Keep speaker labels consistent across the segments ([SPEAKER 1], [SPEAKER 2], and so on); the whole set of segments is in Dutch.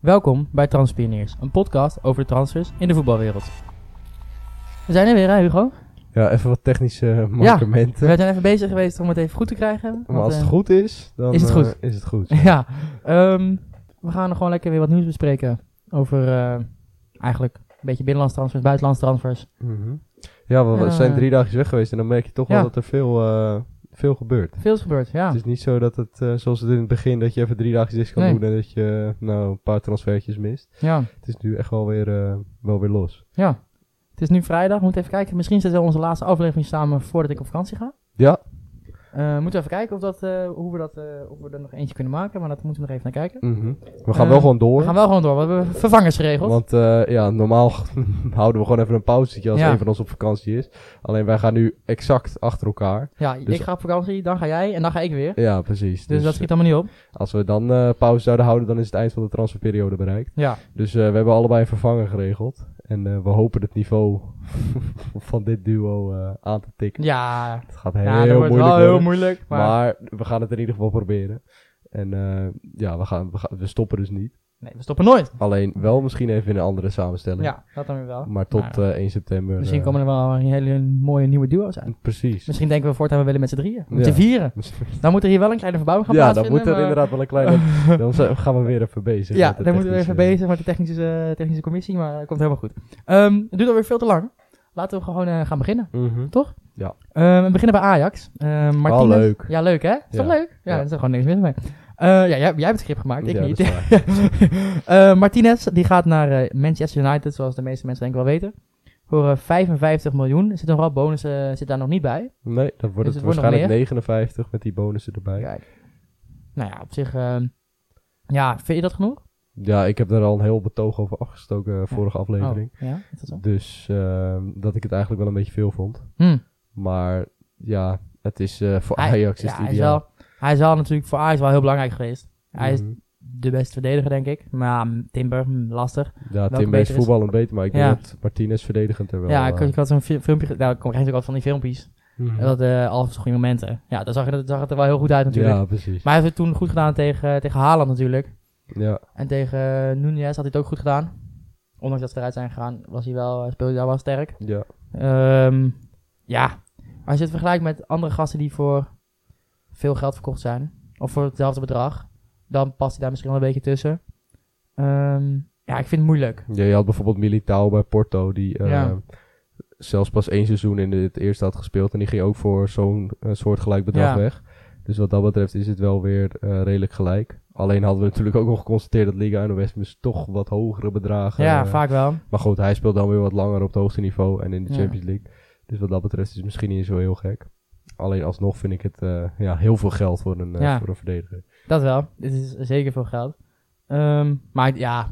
[SPEAKER 1] Welkom bij Transpioniers, een podcast over de transfers in de voetbalwereld. We zijn er weer, hè Hugo?
[SPEAKER 2] Ja, even wat technische mankementen.
[SPEAKER 1] We zijn even bezig geweest om het even goed te krijgen.
[SPEAKER 2] maar
[SPEAKER 1] want,
[SPEAKER 2] als het
[SPEAKER 1] eh,
[SPEAKER 2] goed is, dan
[SPEAKER 1] is het goed?
[SPEAKER 2] eh, is het goed.
[SPEAKER 1] Ja, ehm, we gaan er gewoon lekker weer wat nieuws bespreken over eh, eigenlijk een beetje binnenlandse transfers, buitenlandse transfers.
[SPEAKER 2] Mhm. Ja, we
[SPEAKER 1] Ja.
[SPEAKER 2] zijn drie dagen weg geweest en dan merk je toch
[SPEAKER 1] Eh, Ja.
[SPEAKER 2] wel dat er veel, eh, veel gebeurt.
[SPEAKER 1] Veel is gebeurd, ja.
[SPEAKER 2] Het is niet zo dat het, eh, zoals het in het begin, dat je even drie dagen iets kan
[SPEAKER 1] Nee.
[SPEAKER 2] doen en dat je eh, nou een paar transfertjes mist.
[SPEAKER 1] ja.
[SPEAKER 2] Het is nu echt wel weer, eh, wel weer los.
[SPEAKER 1] Ja. Het is nu vrijdag, we moeten even kijken. Misschien zit wel onze laatste aflevering samen voordat ik op vakantie ga.
[SPEAKER 2] Ja,
[SPEAKER 1] Eh, moeten we even kijken of, dat, eh, hoe we dat, eh, of we er nog eentje kunnen maken, maar dat moeten we nog even naar kijken.
[SPEAKER 2] mhm. we gaan wel
[SPEAKER 1] Eh,
[SPEAKER 2] gewoon door.
[SPEAKER 1] We gaan wel gewoon door, want we hebben vervangers geregeld.
[SPEAKER 2] Want eh, ja, normaal houden we gewoon even een pauzetje als
[SPEAKER 1] Ja.
[SPEAKER 2] een van ons op vakantie is. Alleen wij gaan nu exact achter elkaar.
[SPEAKER 1] ja,
[SPEAKER 2] dus-
[SPEAKER 1] ik ga op vakantie, dan ga jij en dan ga ik weer. Dus,
[SPEAKER 2] Ja, precies.
[SPEAKER 1] dat schiet allemaal niet op.
[SPEAKER 2] Als we dan eh, pauze zouden houden, dan is het eind van de transferperiode bereikt.
[SPEAKER 1] Ja,
[SPEAKER 2] Dus eh, we hebben allebei een vervanger geregeld. En eh, we hopen het niveau van dit duo eh, aan te tikken.
[SPEAKER 1] ja,
[SPEAKER 2] Het gaat
[SPEAKER 1] ja
[SPEAKER 2] heel
[SPEAKER 1] dat wordt
[SPEAKER 2] moeilijk
[SPEAKER 1] wel heel
[SPEAKER 2] worden,
[SPEAKER 1] moeilijk. Maar,
[SPEAKER 2] maar... we gaan het in ieder geval proberen. En eh, ja, we, gaan, we, gaan- we stoppen dus niet.
[SPEAKER 1] nee, we stoppen nooit.
[SPEAKER 2] Alleen wel misschien even in een andere samenstelling.
[SPEAKER 1] Ja, dat dan weer wel.
[SPEAKER 2] Maar tot
[SPEAKER 1] Nou
[SPEAKER 2] eh, 1 september.
[SPEAKER 1] Misschien
[SPEAKER 2] eh,
[SPEAKER 1] komen er wel hele mooie nieuwe duo's uit.
[SPEAKER 2] Precies.
[SPEAKER 1] Misschien denken we voortaan we willen met z'n drieën. Met
[SPEAKER 2] Ja.
[SPEAKER 1] z'n vieren.
[SPEAKER 2] Misschien-
[SPEAKER 1] Dan moet er hier wel een kleine verbouwing gaan
[SPEAKER 2] Ja, dan
[SPEAKER 1] plaatsvinden.
[SPEAKER 2] moet er
[SPEAKER 1] maar-
[SPEAKER 2] inderdaad wel een kleine... dan zijn- gaan we weer even bezig.
[SPEAKER 1] Ja,
[SPEAKER 2] met de
[SPEAKER 1] daar moeten we even
[SPEAKER 2] technische-
[SPEAKER 1] bezig met de technische, technische commissie, maar dat komt helemaal goed. Ehm, het duurt alweer veel te lang. Laten we gewoon eh, gaan beginnen.
[SPEAKER 2] Mhm.
[SPEAKER 1] Toch?
[SPEAKER 2] Ja.
[SPEAKER 1] Ehm, we beginnen bij Ajax. Ehm Martinez.
[SPEAKER 2] Wel leuk.
[SPEAKER 1] Ja, leuk hè? Is dat
[SPEAKER 2] Ja.
[SPEAKER 1] leuk? Ja,
[SPEAKER 2] Ja.
[SPEAKER 1] er is er gewoon niks mis mee. Eh, ja, jij, jij hebt het schip gemaakt, ik
[SPEAKER 2] Ja, dat
[SPEAKER 1] niet.
[SPEAKER 2] is waar.
[SPEAKER 1] Eh Martinez, die gaat naar eh, Manchester United, zoals de meeste mensen denk ik wel weten. Voor eh, 55 miljoen. Er zit nog wel bonussen, eh, zit daar nog niet bij.
[SPEAKER 2] Nee, dan
[SPEAKER 1] Dus het
[SPEAKER 2] wordt het,
[SPEAKER 1] wordt nog
[SPEAKER 2] waarschijnlijk
[SPEAKER 1] meer?
[SPEAKER 2] 59 met die bonussen erbij. Ja.
[SPEAKER 1] Kijk. Nou ja, op zich, ehm, ja, vind je dat genoeg?
[SPEAKER 2] ik heb daar al een heel betoog over afgestoken eh, vorige aflevering.
[SPEAKER 1] Oh, ja, is dat zo?
[SPEAKER 2] Dus ehm, dat ik het eigenlijk wel een beetje veel vond.
[SPEAKER 1] Hm.
[SPEAKER 2] Maar ja, het is eh, voor
[SPEAKER 1] Hij-
[SPEAKER 2] Ajax is
[SPEAKER 1] Ja,
[SPEAKER 2] het
[SPEAKER 1] hij, is
[SPEAKER 2] ideaal.
[SPEAKER 1] wel, hij is wel natuurlijk voor Ajax wel heel belangrijk geweest. Hij is
[SPEAKER 2] Mhm.
[SPEAKER 1] de beste verdediger, denk ik. Maar ja, m, Timber, hm, lastig.
[SPEAKER 2] ja, Tim
[SPEAKER 1] beter
[SPEAKER 2] is
[SPEAKER 1] is?
[SPEAKER 2] voetballend beter, maar ik
[SPEAKER 1] Ja.
[SPEAKER 2] denk dat Martinez verdedigend er wel...
[SPEAKER 1] ja, ik,
[SPEAKER 2] eh,
[SPEAKER 1] ik had zo'n fi- filmpje... ge- Nou, ik kom natuurlijk altijd van die filmpjes.
[SPEAKER 2] mhm.
[SPEAKER 1] Dat eh al goede momenten. Ja, daar zag, het- daar zag het er wel heel goed uit natuurlijk.
[SPEAKER 2] Ja, precies.
[SPEAKER 1] Maar hij heeft het toen goed gedaan tegen, tegen Haaland natuurlijk.
[SPEAKER 2] Ja,
[SPEAKER 1] En tegen eh, Nunez had hij het ook goed gedaan. Ondanks dat ze eruit zijn gegaan, was hij wel, eh, speelde hij wel sterk.
[SPEAKER 2] ja.
[SPEAKER 1] Ehm, ja, als je het vergelijkt met andere gasten die voor veel geld verkocht zijn, of voor hetzelfde bedrag, dan past hij daar misschien wel een beetje tussen. Ehm, ja, ik vind het moeilijk.
[SPEAKER 2] Ja, je had bijvoorbeeld Militao bij Porto, die eh,
[SPEAKER 1] Ja.
[SPEAKER 2] zelfs pas één seizoen in het eerste had gespeeld. En die ging ook voor zo'n eh, soortgelijk bedrag
[SPEAKER 1] Ja.
[SPEAKER 2] weg. Dus wat dat betreft is het wel weer eh, redelijk gelijk. Alleen hadden we natuurlijk ook nog geconstateerd dat Liga en Westmus toch wat hogere bedragen.
[SPEAKER 1] ja,
[SPEAKER 2] eh,
[SPEAKER 1] vaak wel.
[SPEAKER 2] Maar goed, hij speelt dan weer wat langer op het hoogste niveau en in de
[SPEAKER 1] Ja.
[SPEAKER 2] Champions League. Dus wat dat betreft is het misschien niet zo heel gek. Alleen alsnog vind ik het eh, ja, heel veel geld voor een, eh,
[SPEAKER 1] Ja.
[SPEAKER 2] voor een verdediger.
[SPEAKER 1] Dat wel. Dit is zeker veel geld. Ehm, maar ja,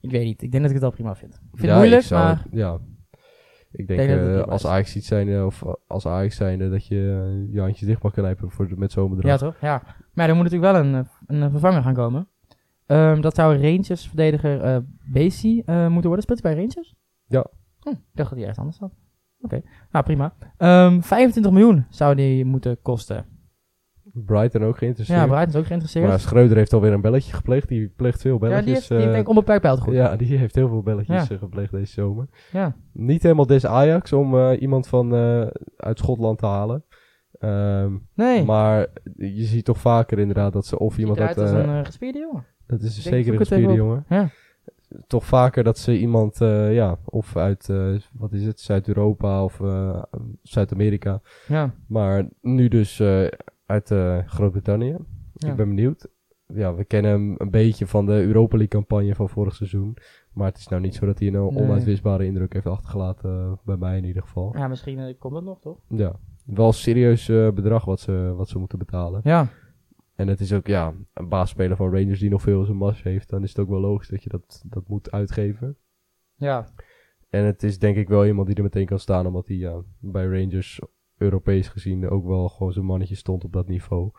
[SPEAKER 1] ik weet niet. Ik denk dat ik het wel prima vind. Ik vind
[SPEAKER 2] ja,
[SPEAKER 1] het moeilijk,
[SPEAKER 2] ik zou-
[SPEAKER 1] maar
[SPEAKER 2] Ja. Ik denk,
[SPEAKER 1] denk dat
[SPEAKER 2] eh,
[SPEAKER 1] het prima
[SPEAKER 2] als
[SPEAKER 1] is.
[SPEAKER 2] Ajax iets zijnde, of eh, als Ajax zijnde, dat je eh, je handjes dicht mag knijpen voor, de- met zo'n bedrag.
[SPEAKER 1] Ja, toch? Ja. Maar ja, er moet natuurlijk wel een, eh, een eh, vervanger gaan komen. Ehm, dat zou Rangers verdediger eh Basie eh, moeten worden. Speelt hij bij Rangers?
[SPEAKER 2] Ja.
[SPEAKER 1] Hm, ik dacht dat hij ergens anders zat. Oké, nou prima. Ehm, 25 miljoen zou die moeten kosten.
[SPEAKER 2] Brighton ook geïnteresseerd.
[SPEAKER 1] Ja, Brighton is ook geïnteresseerd.
[SPEAKER 2] maar Schreuder heeft alweer een belletje gepleegd. Die pleegt veel
[SPEAKER 1] ja,
[SPEAKER 2] belletjes.
[SPEAKER 1] die heeft, die heeft
[SPEAKER 2] eh,
[SPEAKER 1] denk ik onbeperkt pijlgoed. Ja.
[SPEAKER 2] ja, die heeft heel veel belletjes
[SPEAKER 1] Ja.
[SPEAKER 2] eh, gepleegd deze zomer.
[SPEAKER 1] Ja.
[SPEAKER 2] Niet helemaal des Ajax om eh, iemand van, eh, uit Schotland te halen. Ehm,
[SPEAKER 1] Nee,
[SPEAKER 2] Maar je ziet toch vaker inderdaad dat ze of
[SPEAKER 1] ziet
[SPEAKER 2] iemand uit...
[SPEAKER 1] eruit als
[SPEAKER 2] eh,
[SPEAKER 1] een eh, gespierde jongen.
[SPEAKER 2] dat is
[SPEAKER 1] denk
[SPEAKER 2] zeker een
[SPEAKER 1] ik ook het even
[SPEAKER 2] gespierde
[SPEAKER 1] op.
[SPEAKER 2] jongen.
[SPEAKER 1] Ja.
[SPEAKER 2] toch vaker dat ze iemand, eh, ja, of uit, eh, wat is het, Zuid-Europa of eh, Zuid-Amerika.
[SPEAKER 1] ja.
[SPEAKER 2] Maar nu dus eh, uit eh, Groot-Brittannië.
[SPEAKER 1] Ja.
[SPEAKER 2] Ik ben benieuwd. Ja, we kennen hem een beetje van de Europa League campagne van vorig seizoen. Maar het is nou niet zo dat hij een
[SPEAKER 1] Nee.
[SPEAKER 2] onuitwisbare indruk heeft achtergelaten, eh, bij mij in ieder geval.
[SPEAKER 1] ja, misschien eh, komt dat nog, toch?
[SPEAKER 2] Ja, wel een serieus eh, bedrag wat ze, wat ze moeten betalen.
[SPEAKER 1] Ja.
[SPEAKER 2] En het is ook, ja, een baasspeler van Rangers die nog veel in zijn mas heeft. Dan is het ook wel logisch dat je dat, dat moet uitgeven.
[SPEAKER 1] Ja.
[SPEAKER 2] En het is denk ik wel iemand die er meteen kan staan, omdat hij ja, bij Rangers Europees gezien ook wel gewoon zijn mannetje stond op dat niveau.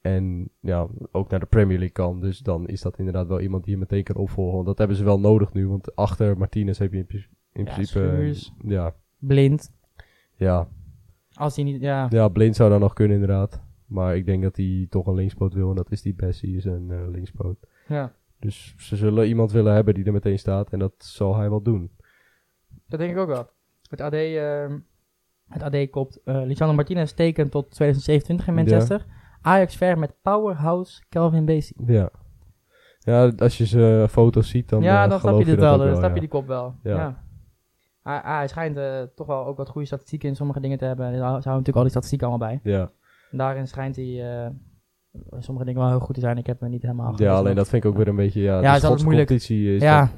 [SPEAKER 2] En ja, ook naar de Premier League kan. Dus dan is dat inderdaad wel iemand die je meteen kan opvolgen. Want dat hebben ze wel nodig nu. Want achter Martinez heb je in, pri- in
[SPEAKER 1] Ja,
[SPEAKER 2] principe.
[SPEAKER 1] Schuurs.
[SPEAKER 2] Ja,
[SPEAKER 1] Blind.
[SPEAKER 2] ja,
[SPEAKER 1] Als hij niet... Ja.
[SPEAKER 2] ja, blind zou dan nog kunnen inderdaad. Maar ik denk dat hij toch een linkspoot wil. En dat is die Bessie, is een eh, linkspoot.
[SPEAKER 1] Ja.
[SPEAKER 2] Dus ze zullen iemand willen hebben die er meteen staat. En dat zal hij wel doen.
[SPEAKER 1] Dat denk ik ook wel. Het AD, ehm, het AD kopt eh Lisandro Martinez tekent tot 2027 in
[SPEAKER 2] Ja.
[SPEAKER 1] Manchester. Ajax ver met powerhouse Calvin Basie.
[SPEAKER 2] Ja. Ja, als je zijn foto's ziet, dan
[SPEAKER 1] ja, dan
[SPEAKER 2] eh,
[SPEAKER 1] snap
[SPEAKER 2] geloof
[SPEAKER 1] je dit
[SPEAKER 2] dat
[SPEAKER 1] wel.
[SPEAKER 2] ook
[SPEAKER 1] Dan snap je
[SPEAKER 2] ja.
[SPEAKER 1] die kop wel. Ja.
[SPEAKER 2] Ja.
[SPEAKER 1] Hij, hij schijnt eh, toch wel ook wat goede statistieken in sommige dingen te hebben. Daar houden natuurlijk al die statistieken allemaal bij.
[SPEAKER 2] Ja,
[SPEAKER 1] En daarin schijnt hij eh, sommige dingen wel heel goed te zijn. Ik heb me niet helemaal
[SPEAKER 2] ja
[SPEAKER 1] gelezen,
[SPEAKER 2] alleen
[SPEAKER 1] maar-
[SPEAKER 2] dat vind ik ook weer een beetje... Ja,
[SPEAKER 1] is
[SPEAKER 2] de
[SPEAKER 1] altijd
[SPEAKER 2] Schotse
[SPEAKER 1] moeilijk.
[SPEAKER 2] competitie is,
[SPEAKER 1] Ja,
[SPEAKER 2] dat-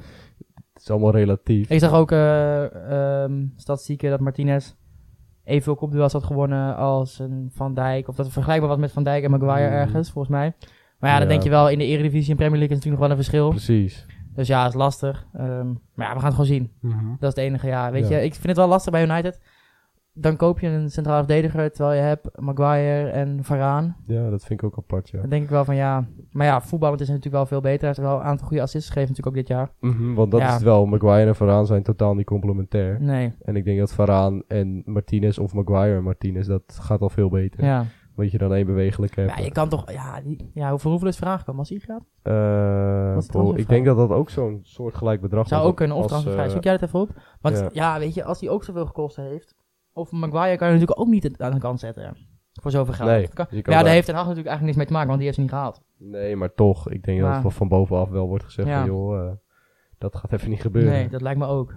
[SPEAKER 2] het is allemaal relatief.
[SPEAKER 1] Ik zag ook eh, ehm, statistieken dat Martinez evenveel kopduels had gewonnen als een Van Dijk. Of dat het vergelijkbaar was met Van Dijk en Maguire
[SPEAKER 2] Mm.
[SPEAKER 1] ergens, volgens mij. Maar ja, dan
[SPEAKER 2] Ja.
[SPEAKER 1] denk je wel, in de Eredivisie en Premier League is natuurlijk nog wel een verschil.
[SPEAKER 2] Precies.
[SPEAKER 1] Dus ja, is lastig. Ehm, maar ja, we gaan het gewoon zien. Dat is het enige, ja. Weet
[SPEAKER 2] Ja.
[SPEAKER 1] je, ik vind het wel lastig bij United. Dan koop je een centrale verdediger, terwijl je hebt Maguire en Varaan.
[SPEAKER 2] Ja, dat vind ik ook apart, ja.
[SPEAKER 1] Dan denk ik wel van ja... Maar ja, voetballend is hij natuurlijk wel veel beter. Hij heeft wel een aantal goede assists gegeven natuurlijk ook dit jaar.
[SPEAKER 2] Mhm, want dat
[SPEAKER 1] Ja.
[SPEAKER 2] is het wel. Maguire en Varaan zijn totaal niet complementair.
[SPEAKER 1] Nee,
[SPEAKER 2] En ik denk dat Varaan en Martinez of Maguire en Martinez, dat gaat al veel beter.
[SPEAKER 1] ja.
[SPEAKER 2] Omdat je dan één bewegelijk hebt.
[SPEAKER 1] Maar ja, je kan toch... Ja, die, ja hoeveel, hoeveel is Varaan gekomen? Was hij gegaan?
[SPEAKER 2] Eh,
[SPEAKER 1] Wat is de
[SPEAKER 2] boh, ik
[SPEAKER 1] transfervrij?
[SPEAKER 2] denk dat dat ook zo'n soort gelijk bedrag
[SPEAKER 1] Zou
[SPEAKER 2] was
[SPEAKER 1] ook kunnen, of
[SPEAKER 2] als,
[SPEAKER 1] transfervrij.
[SPEAKER 2] eh,
[SPEAKER 1] Zoek jij het even op? Want ja.
[SPEAKER 2] ja.
[SPEAKER 1] weet je, als hij ook zoveel gekost heeft... Of Maguire kan je natuurlijk ook niet aan de kant zetten. Voor zoveel geld.
[SPEAKER 2] Nee,
[SPEAKER 1] Dat kan-
[SPEAKER 2] je
[SPEAKER 1] Maar
[SPEAKER 2] kan
[SPEAKER 1] ja, daar
[SPEAKER 2] daar-
[SPEAKER 1] heeft Ten Hag natuurlijk eigenlijk niks mee te maken, want die heeft ze niet gehaald.
[SPEAKER 2] Nee, maar toch. Ik denk dat
[SPEAKER 1] Maar-
[SPEAKER 2] het wel van bovenaf wel wordt gezegd
[SPEAKER 1] Ja.
[SPEAKER 2] van, joh, eh, dat gaat even niet gebeuren.
[SPEAKER 1] Nee, dat lijkt me ook.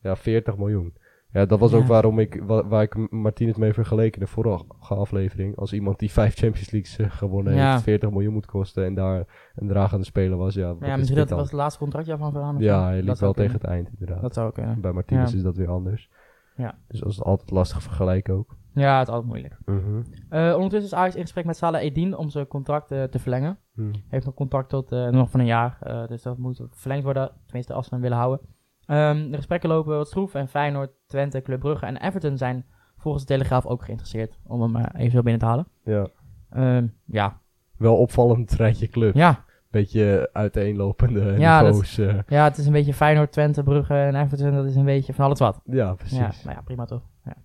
[SPEAKER 2] Ja, 40 miljoen. Ja, dat was ook
[SPEAKER 1] Ja.
[SPEAKER 2] waarom ik, wa- waar ik Martinez mee vergeleek in de vorige aflevering. Als iemand die vijf Champions Leagues eh, gewonnen
[SPEAKER 1] Ja.
[SPEAKER 2] heeft, 40 miljoen moet kosten en daar een dragende speler was. Ja, wat
[SPEAKER 1] Maar ja,
[SPEAKER 2] is
[SPEAKER 1] misschien dat
[SPEAKER 2] dit dan?
[SPEAKER 1] was het laatste contractjaar van Varaan. of zo.
[SPEAKER 2] Ja, hij liep
[SPEAKER 1] Dat zou
[SPEAKER 2] wel tegen
[SPEAKER 1] kunnen.
[SPEAKER 2] het eind inderdaad.
[SPEAKER 1] Dat zou ook kunnen.
[SPEAKER 2] Bij Martinez
[SPEAKER 1] Ja.
[SPEAKER 2] is dat weer anders.
[SPEAKER 1] Ja.
[SPEAKER 2] Dus dat is altijd lastig vergelijken ook.
[SPEAKER 1] Ja, het is altijd moeilijk. Eh, ondertussen is Ajax in gesprek met Salah Edin om zijn contract eh, te verlengen.
[SPEAKER 2] Hm.
[SPEAKER 1] Heeft nog contact tot eh, nog van een jaar. eh, dus dat moet verlengd worden. Tenminste, als we hem willen houden. Ehm, de gesprekken lopen wat stroef. En Feyenoord, Twente, Club Brugge en Everton zijn volgens de Telegraaf ook geïnteresseerd. Om hem even eventueel binnen te halen.
[SPEAKER 2] Ja.
[SPEAKER 1] Ehm, ja.
[SPEAKER 2] Wel opvallend rijtje club.
[SPEAKER 1] Ja.
[SPEAKER 2] Beetje uiteenlopende
[SPEAKER 1] Ja, dat-
[SPEAKER 2] niveaus. eh,
[SPEAKER 1] ja, het is een beetje Feyenoord, Twente, Brugge en Everton. Dat is een beetje van alles wat.
[SPEAKER 2] ja, precies.
[SPEAKER 1] Ja, maar ja, prima toch. Ja.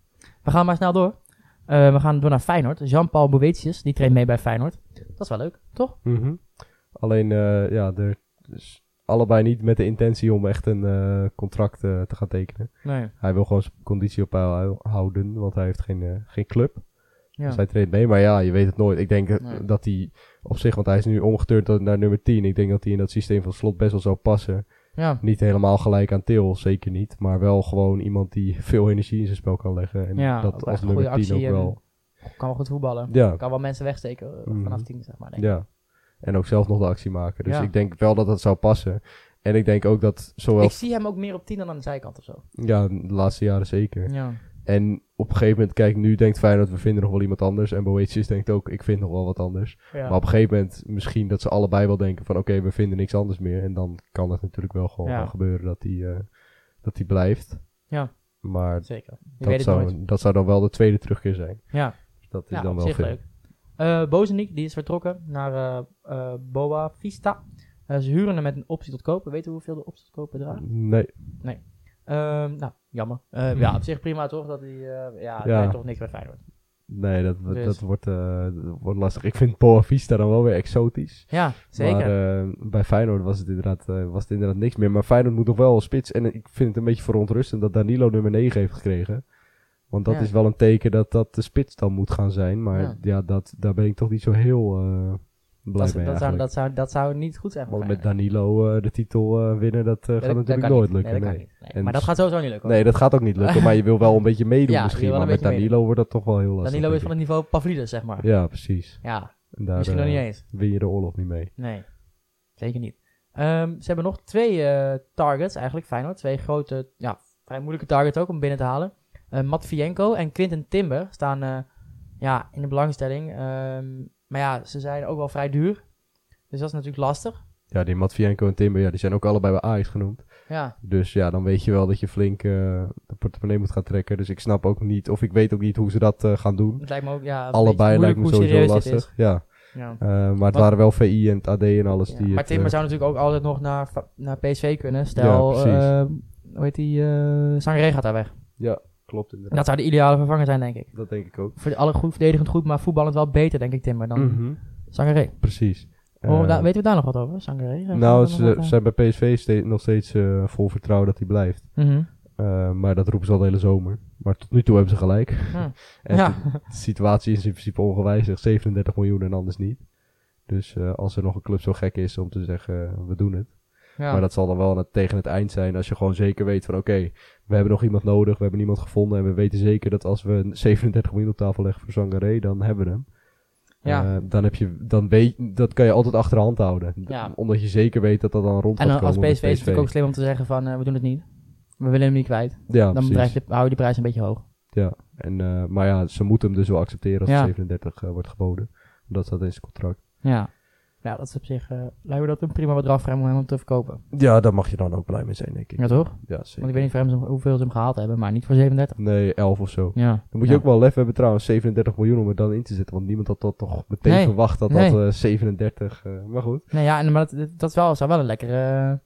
[SPEAKER 1] We gaan maar snel door. Eh, we gaan door naar Feyenoord. Jean-Paul Boetius, die treedt mee bij Feyenoord. Dat is wel leuk, toch?
[SPEAKER 2] Mhm. Alleen, eh, ja, er is allebei niet met de intentie om echt een eh, contract eh, te gaan tekenen.
[SPEAKER 1] Nee.
[SPEAKER 2] Hij wil gewoon zijn conditie op peil houden, want hij heeft geen, eh, geen club.
[SPEAKER 1] Ja.
[SPEAKER 2] Dus hij treedt mee, maar ja, je weet het nooit. Ik denk eh,
[SPEAKER 1] Nee.
[SPEAKER 2] dat hij op zich, want hij is nu omgeturnd tot- naar nummer 10. Ik denk dat hij in dat systeem van slot best wel zou passen.
[SPEAKER 1] ja.
[SPEAKER 2] Niet helemaal gelijk aan Til, zeker niet. Maar wel gewoon iemand die veel energie in zijn spel kan leggen. En
[SPEAKER 1] Ja, ook
[SPEAKER 2] dat
[SPEAKER 1] echt
[SPEAKER 2] als
[SPEAKER 1] een
[SPEAKER 2] nummer 10
[SPEAKER 1] goede actie eh,
[SPEAKER 2] ook
[SPEAKER 1] en-
[SPEAKER 2] wel.
[SPEAKER 1] Kan wel goed voetballen.
[SPEAKER 2] Ja,
[SPEAKER 1] Kan wel mensen wegsteken eh,
[SPEAKER 2] Mhm.
[SPEAKER 1] vanaf 10, zeg maar. denk ik.
[SPEAKER 2] ja. En ook zelf nog de actie maken. Dus
[SPEAKER 1] Ja.
[SPEAKER 2] ik denk wel dat dat zou passen. En ik denk ook dat zowel...
[SPEAKER 1] Ik zie hem ook meer op 10 dan aan de zijkant of zo.
[SPEAKER 2] Ja, de laatste jaren zeker.
[SPEAKER 1] Ja.
[SPEAKER 2] En op een gegeven moment, kijk, nu denkt Feyenoord, we vinden nog wel iemand anders. En Boetius denkt ook, ik vind nog wel wat anders. Maar op een gegeven moment misschien dat ze allebei wel denken van... oké, we vinden niks anders meer. En dan kan het natuurlijk wel gewoon
[SPEAKER 1] Ja.
[SPEAKER 2] wel gebeuren dat hij dat die blijft.
[SPEAKER 1] Ja.
[SPEAKER 2] Maar
[SPEAKER 1] Zeker. Je weet
[SPEAKER 2] dat
[SPEAKER 1] het nooit.
[SPEAKER 2] zou, dat zou dan wel de tweede terugkeer zijn.
[SPEAKER 1] Ja,
[SPEAKER 2] Dus dat is
[SPEAKER 1] ja
[SPEAKER 2] dan
[SPEAKER 1] op
[SPEAKER 2] wel
[SPEAKER 1] zich
[SPEAKER 2] veel.
[SPEAKER 1] leuk. Eh Bozenik, die is vertrokken naar eh, eh, Boa Vista. Eh, ze huren hem met een optie tot kopen. Weet je hoeveel de optie tot kopen draagt?
[SPEAKER 2] Nee,
[SPEAKER 1] Ehm, nou, jammer. Eh,
[SPEAKER 2] Hm.
[SPEAKER 1] Ja, op zich prima toch? Dat hij, eh, ja, het
[SPEAKER 2] Ja.
[SPEAKER 1] lijkt toch niks bij Feyenoord.
[SPEAKER 2] nee dat, dat,
[SPEAKER 1] Dus.
[SPEAKER 2] dat wordt, eh, dat wordt lastig. Ik vind Boa Vista dan wel weer exotisch.
[SPEAKER 1] Ja, zeker.
[SPEAKER 2] Maar eh, bij Feyenoord was het, inderdaad, eh, was het inderdaad niks meer. Maar Feyenoord moet nog wel spits. En ik vind het een beetje verontrustend dat Danilo nummer 9 heeft gekregen. Want dat
[SPEAKER 1] Ja.
[SPEAKER 2] is wel een teken dat dat de spits dan moet gaan zijn. Maar
[SPEAKER 1] Ja.
[SPEAKER 2] ja, dat, daar ben ik toch niet zo heel eh, blij
[SPEAKER 1] dat,
[SPEAKER 2] mee
[SPEAKER 1] dat, zou,
[SPEAKER 2] eigenlijk.
[SPEAKER 1] dat, zou, dat zou niet goed zijn voor
[SPEAKER 2] Want met
[SPEAKER 1] Feyenoord.
[SPEAKER 2] Danilo eh, de titel eh, winnen, dat eh,
[SPEAKER 1] Ja,
[SPEAKER 2] gaat
[SPEAKER 1] dat- dat
[SPEAKER 2] natuurlijk
[SPEAKER 1] kan
[SPEAKER 2] nooit
[SPEAKER 1] niet.
[SPEAKER 2] lukken.
[SPEAKER 1] Nee,
[SPEAKER 2] Nee,
[SPEAKER 1] dat kan
[SPEAKER 2] nee.
[SPEAKER 1] niet. Nee,
[SPEAKER 2] En
[SPEAKER 1] Maar dat gaat sowieso niet lukken. hoor.
[SPEAKER 2] dat gaat ook niet lukken. maar je wil wel een beetje meedoen
[SPEAKER 1] Ja, je
[SPEAKER 2] misschien.
[SPEAKER 1] wil wel
[SPEAKER 2] Maar
[SPEAKER 1] een
[SPEAKER 2] met
[SPEAKER 1] beetje
[SPEAKER 2] Danilo wordt dat toch wel heel lastig.
[SPEAKER 1] Danilo is van
[SPEAKER 2] denk
[SPEAKER 1] het niveau Pavlidis, zeg maar.
[SPEAKER 2] ik. Ja, precies.
[SPEAKER 1] ja
[SPEAKER 2] En daar
[SPEAKER 1] misschien nog
[SPEAKER 2] eh,
[SPEAKER 1] niet eens.
[SPEAKER 2] win je de oorlog niet mee.
[SPEAKER 1] Nee, zeker niet. Ehm, ze hebben nog twee eh, targets eigenlijk, Feyenoord. Twee grote, ja, vrij moeilijke targets ook om binnen te halen. Eh Matvienko en Quinten Timber staan eh, ja, in de belangstelling. Ehm, maar ja, ze zijn ook wel vrij duur. Dus dat is natuurlijk lastig.
[SPEAKER 2] Ja, die Matvienko en Timber, ja, die zijn ook allebei bij Ajax genoemd.
[SPEAKER 1] Ja,
[SPEAKER 2] Dus ja, dan weet je wel dat je flink eh, de portemonnee moet gaan trekken. Dus ik snap ook niet, of ik weet ook niet hoe ze dat eh, gaan doen.
[SPEAKER 1] het lijkt me ook ja, een
[SPEAKER 2] Allebei
[SPEAKER 1] beetje
[SPEAKER 2] lijkt me
[SPEAKER 1] moeilijk hoe
[SPEAKER 2] sowieso
[SPEAKER 1] serieus dit
[SPEAKER 2] lastig. Ja.
[SPEAKER 1] is. Ja.
[SPEAKER 2] Eh, maar het waren wel VI en het AD en alles
[SPEAKER 1] Ja.
[SPEAKER 2] die.
[SPEAKER 1] Maar
[SPEAKER 2] het,
[SPEAKER 1] Timber
[SPEAKER 2] eh,
[SPEAKER 1] zou natuurlijk ook altijd nog naar, Fa- naar PSV kunnen. Stel,
[SPEAKER 2] precies.
[SPEAKER 1] eh, hoe heet die? eh Sangaré gaat daar weg.
[SPEAKER 2] ja, klopt inderdaad.
[SPEAKER 1] Dat zou Nou. de ideale vervanger zijn, denk ik.
[SPEAKER 2] Dat denk ik ook.
[SPEAKER 1] Voor alle goed, verdedigend goed, maar voetballend wel beter, denk ik, Timber, dan
[SPEAKER 2] Mhm,
[SPEAKER 1] Sangaré.
[SPEAKER 2] Precies.
[SPEAKER 1] Horen we
[SPEAKER 2] Eh,
[SPEAKER 1] daar- weten we daar nog wat over, Sangaré? Zijn we
[SPEAKER 2] nou,
[SPEAKER 1] daar nog
[SPEAKER 2] ze
[SPEAKER 1] wat, eh,
[SPEAKER 2] zijn bij PSV ste- nog steeds eh, vol vertrouwen dat hij blijft.
[SPEAKER 1] mhm.
[SPEAKER 2] Eh, maar dat roepen ze al de hele zomer. Maar tot nu toe hebben ze gelijk.
[SPEAKER 1] Hm.
[SPEAKER 2] En
[SPEAKER 1] Ja.
[SPEAKER 2] De situatie is in principe ongewijzigd. 37 miljoen en anders niet. Dus eh, als er nog een club zo gek is om te zeggen, eh, we doen het.
[SPEAKER 1] ja.
[SPEAKER 2] Maar dat zal dan wel aan het- tegen het eind zijn. Als je gewoon zeker weet van, oké, we hebben nog iemand nodig. We hebben iemand gevonden. En we weten zeker dat als we 37 miljoen op tafel leggen voor Zangaré, dan hebben we hem.
[SPEAKER 1] Ja.
[SPEAKER 2] Eh, dan heb je, dan weet, dat kan je altijd achterhand houden.
[SPEAKER 1] Ja.
[SPEAKER 2] Omdat je zeker weet dat dat dan rond
[SPEAKER 1] en
[SPEAKER 2] gaat
[SPEAKER 1] dan als PSV
[SPEAKER 2] komen
[SPEAKER 1] is
[SPEAKER 2] met
[SPEAKER 1] het natuurlijk ook slim om te zeggen van, eh, we doen het niet. We willen hem niet kwijt.
[SPEAKER 2] Ja,
[SPEAKER 1] dan
[SPEAKER 2] precies.
[SPEAKER 1] blijft de, hou je die prijs een beetje hoog.
[SPEAKER 2] Ja, en, eh, maar ja, ze moeten hem dus wel accepteren als
[SPEAKER 1] Ja.
[SPEAKER 2] de 37 eh, wordt geboden. Dat staat in zijn contract.
[SPEAKER 1] Ja. Ja, dat is op zich, eh lijkt me dat een prima bedrag voor hem om hem te verkopen.
[SPEAKER 2] Ja, daar mag je dan ook blij mee zijn, denk ik.
[SPEAKER 1] Ja, toch?
[SPEAKER 2] Ja, zeker.
[SPEAKER 1] Want ik weet niet voor hem ze- hoeveel ze hem gehaald hebben, maar niet voor 37.
[SPEAKER 2] Nee, 11 of zo.
[SPEAKER 1] Ja.
[SPEAKER 2] Dan moet je
[SPEAKER 1] Ja.
[SPEAKER 2] ook wel lef hebben trouwens, 37 miljoen om er dan in te zetten. Want niemand had dat toch meteen
[SPEAKER 1] Nee.
[SPEAKER 2] verwacht dat dat
[SPEAKER 1] Nee.
[SPEAKER 2] eh, 37... eh, maar goed.
[SPEAKER 1] Nee, ja, en, maar dat, dat is wel, zou wel een lekkere... eh,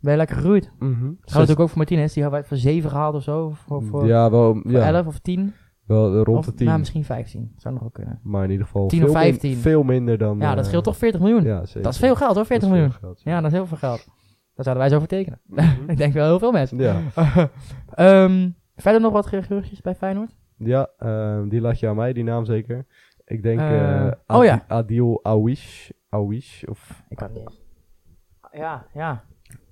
[SPEAKER 1] ben je lekker gegroeid. Gaat
[SPEAKER 2] Zes-
[SPEAKER 1] natuurlijk ook voor Martinez, die hebben we voor 7 gehaald of zo. Voor, voor,
[SPEAKER 2] ja, wel,
[SPEAKER 1] voor
[SPEAKER 2] ja,
[SPEAKER 1] 11 of 10.
[SPEAKER 2] wel eh, rond
[SPEAKER 1] of,
[SPEAKER 2] de 10.
[SPEAKER 1] Nou, misschien 15. Zou nog wel kunnen.
[SPEAKER 2] maar in ieder geval
[SPEAKER 1] 10 of
[SPEAKER 2] veel min-
[SPEAKER 1] 15.
[SPEAKER 2] veel minder dan...
[SPEAKER 1] ja, dat
[SPEAKER 2] eh,
[SPEAKER 1] scheelt toch 40 miljoen.
[SPEAKER 2] Ja, zeker.
[SPEAKER 1] dat is veel geld hoor, 40
[SPEAKER 2] Dat is
[SPEAKER 1] miljoen.
[SPEAKER 2] veel geld,
[SPEAKER 1] Ja, dat is heel veel geld. Daar zouden wij zo voor tekenen.
[SPEAKER 2] Mhm.
[SPEAKER 1] Ik denk wel heel veel mensen.
[SPEAKER 2] ja.
[SPEAKER 1] Ehm, verder nog wat geruchtjes bij Feyenoord?
[SPEAKER 2] Ja, ehm, die laat je aan mij, die naam zeker. Ik denk
[SPEAKER 1] Eh,
[SPEAKER 2] eh
[SPEAKER 1] oh ja.
[SPEAKER 2] Adi- Adil Awish. Awish of
[SPEAKER 1] Ik kan het niet. Ja, ja.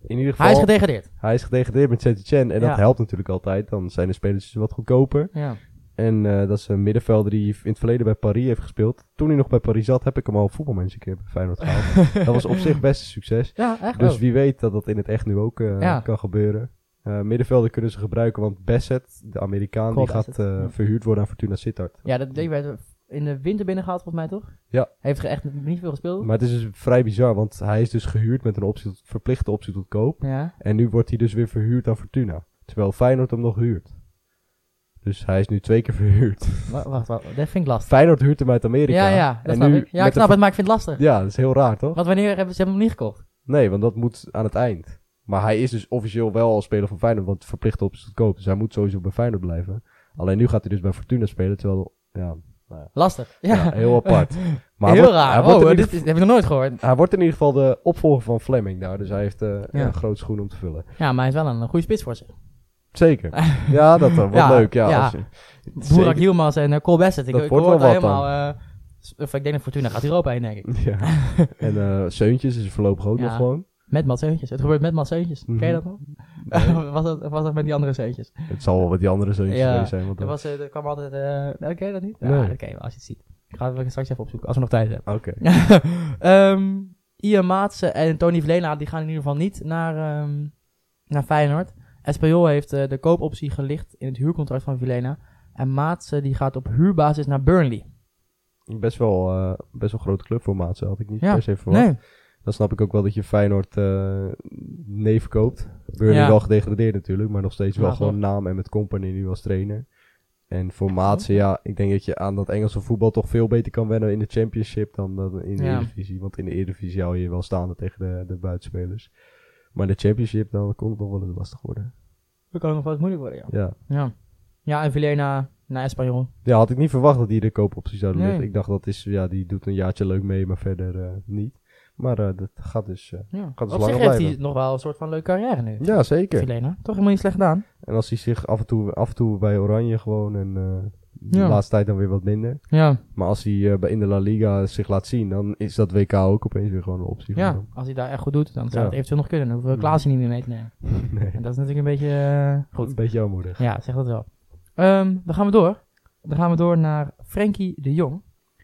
[SPEAKER 2] in ieder geval,
[SPEAKER 1] Hij is gedegradeerd.
[SPEAKER 2] hij is gedegradeerd met Saint-Etienne. En
[SPEAKER 1] Ja.
[SPEAKER 2] dat helpt natuurlijk altijd. Dan zijn de spelers wat goedkoper.
[SPEAKER 1] Ja.
[SPEAKER 2] En eh, dat is een middenvelder die in het verleden bij Paris heeft gespeeld. Toen hij nog bij Paris zat, heb ik hem al op voetbalmens een keer bij Feyenoord gehaald. dat was op zich best een succes.
[SPEAKER 1] Ja, echt
[SPEAKER 2] Dus
[SPEAKER 1] oh.
[SPEAKER 2] wie weet dat dat in het echt nu ook eh,
[SPEAKER 1] Ja.
[SPEAKER 2] kan gebeuren. Eh, middenvelden kunnen ze gebruiken, want Bassett, de Amerikaan,
[SPEAKER 1] Cole
[SPEAKER 2] die gaat
[SPEAKER 1] Bassett,
[SPEAKER 2] eh,
[SPEAKER 1] ja.
[SPEAKER 2] verhuurd worden aan Fortuna Sittard.
[SPEAKER 1] Ja, dat die werd in de winter binnengehaald volgens mij toch?
[SPEAKER 2] Ja.
[SPEAKER 1] Hij heeft echt niet veel gespeeld.
[SPEAKER 2] Maar het is dus vrij bizar, want hij is dus gehuurd met een optie tot- verplichte optie tot koop.
[SPEAKER 1] ja.
[SPEAKER 2] En nu wordt hij dus weer verhuurd aan Fortuna. Terwijl Feyenoord hem nog huurt. Dus hij is nu twee keer verhuurd.
[SPEAKER 1] Wa- Wacht, wacht, dat vind ik lastig.
[SPEAKER 2] Feyenoord huurt hem uit Amerika.
[SPEAKER 1] Ja, ja, dat
[SPEAKER 2] en
[SPEAKER 1] snap
[SPEAKER 2] nu
[SPEAKER 1] ik. Ja, ik
[SPEAKER 2] met de
[SPEAKER 1] snap
[SPEAKER 2] ver-
[SPEAKER 1] het, maar ik vind het lastig.
[SPEAKER 2] Ja, dat is heel raar toch?
[SPEAKER 1] Want wanneer hebben ze hebben hem niet gekocht?
[SPEAKER 2] Nee, want dat moet aan het eind. Maar hij is dus officieel wel al speler van Feyenoord, want verplicht op is te koop. Dus hij moet sowieso bij Feyenoord blijven. Alleen nu gaat hij dus bij Fortuna spelen, terwijl... Ja,
[SPEAKER 1] Lastig. Ja,
[SPEAKER 2] ja. heel apart. Maar hij
[SPEAKER 1] heel
[SPEAKER 2] wordt-
[SPEAKER 1] raar.
[SPEAKER 2] Hij
[SPEAKER 1] Oh,
[SPEAKER 2] wordt, in ieder,
[SPEAKER 1] dit is, heb ik nog nooit gehoord.
[SPEAKER 2] hij wordt in ieder geval de opvolger van Fleming daar. Dus hij heeft eh,
[SPEAKER 1] Ja.
[SPEAKER 2] een groot schoen om te vullen.
[SPEAKER 1] Ja, maar hij is wel een eh, goede spits voor zich.
[SPEAKER 2] Zeker. Ja, dat dan. Wat
[SPEAKER 1] Ja,
[SPEAKER 2] leuk. Ja,
[SPEAKER 1] ja.
[SPEAKER 2] als je-
[SPEAKER 1] Boerak
[SPEAKER 2] Zeker.
[SPEAKER 1] Hielmans en eh, Cole Bassett. Ik,
[SPEAKER 2] Dat
[SPEAKER 1] ik
[SPEAKER 2] wordt
[SPEAKER 1] hoor
[SPEAKER 2] wel
[SPEAKER 1] daar
[SPEAKER 2] wat
[SPEAKER 1] helemaal... eh, s- of ik denk dat Fortuna gaat Europa heen, denk ik.
[SPEAKER 2] Ja. En eh Seuntjes is er voorlopig ook
[SPEAKER 1] Ja.
[SPEAKER 2] nog gewoon.
[SPEAKER 1] Met Mats Zeuntjes. Het gebeurt met Mats Zeuntjes.
[SPEAKER 2] Mhm.
[SPEAKER 1] Ken je dat nog? was, dat, was dat met die andere Zeuntjes?
[SPEAKER 2] Het zal wel wat die andere Seuntjes
[SPEAKER 1] Ja.
[SPEAKER 2] geweest zijn. Want
[SPEAKER 1] Er,
[SPEAKER 2] dan-
[SPEAKER 1] was, eh, er kwam altijd... eh nou, ken je dat niet?
[SPEAKER 2] Nee.
[SPEAKER 1] Ja, dat ken je wel, als je het ziet. Ik ga het straks even opzoeken, als we nog tijd hebben.
[SPEAKER 2] Oké.
[SPEAKER 1] Ehm Ian Maatsen en Tony Vlena die gaan in ieder geval niet naar, ehm, naar Feyenoord. Espanyol heeft eh, de koopoptie gelicht in het huurcontract van Vlena. En Maatsen die gaat op huurbasis naar Burnley.
[SPEAKER 2] Best wel, eh best wel grote clubformaat, zo had ik niet
[SPEAKER 1] Ja.
[SPEAKER 2] per se verwacht.
[SPEAKER 1] Nee.
[SPEAKER 2] Dan snap ik ook wel dat je Feyenoord eh nee verkoopt. Burnley
[SPEAKER 1] Ja.
[SPEAKER 2] wel gedegradeerd natuurlijk, maar nog steeds wel
[SPEAKER 1] Maar
[SPEAKER 2] gewoon
[SPEAKER 1] toch.
[SPEAKER 2] naam en met Company nu als trainer. En voor Maatsen, ja, ik denk dat je aan dat Engelse voetbal toch veel beter kan wennen in de Championship dan dat in de
[SPEAKER 1] Ja.
[SPEAKER 2] Eredivisie. Want in de Eredivisie hou je wel staande tegen de, de buitenspelers. Maar in de Championship, dan kon het nog wel eens lastig worden.
[SPEAKER 1] Dat kan nog wel eens moeilijk worden, ja.
[SPEAKER 2] Ja.
[SPEAKER 1] Ja, ja en nou, Vlena naar Espanyol.
[SPEAKER 2] ja, had ik niet verwacht dat die de koopoptie zouden
[SPEAKER 1] Nee.
[SPEAKER 2] liggen. Ik dacht dat is, ja, die doet een jaartje leuk mee, maar verder eh, niet. Maar eh, dat gaat dus... eh,
[SPEAKER 1] Ja.
[SPEAKER 2] dus
[SPEAKER 1] Op
[SPEAKER 2] langer
[SPEAKER 1] zich heeft hij
[SPEAKER 2] blijven.
[SPEAKER 1] nog wel een soort van leuke carrière nu.
[SPEAKER 2] ja, zeker.
[SPEAKER 1] Vlena. Toch helemaal niet slecht gedaan.
[SPEAKER 2] En als hij zich af en toe, af en toe bij Oranje gewoon en eh, de
[SPEAKER 1] Ja.
[SPEAKER 2] laatste tijd dan weer wat minder.
[SPEAKER 1] Ja.
[SPEAKER 2] Maar als hij eh, bij in de La Liga zich laat zien, dan is dat WK ook opeens weer gewoon een optie. voor
[SPEAKER 1] ja, Mm.
[SPEAKER 2] hem.
[SPEAKER 1] als hij daar echt goed doet, dan zou
[SPEAKER 2] Ja.
[SPEAKER 1] het eventueel nog kunnen. Dan hoeven we Klaassen niet meer mee te nemen.
[SPEAKER 2] nee.
[SPEAKER 1] En dat is natuurlijk een beetje... eh, goed.
[SPEAKER 2] Een beetje jammerig.
[SPEAKER 1] Ja, zeg dat wel. Ehm, dan gaan we door. Dan gaan we door naar Frenkie de Jong.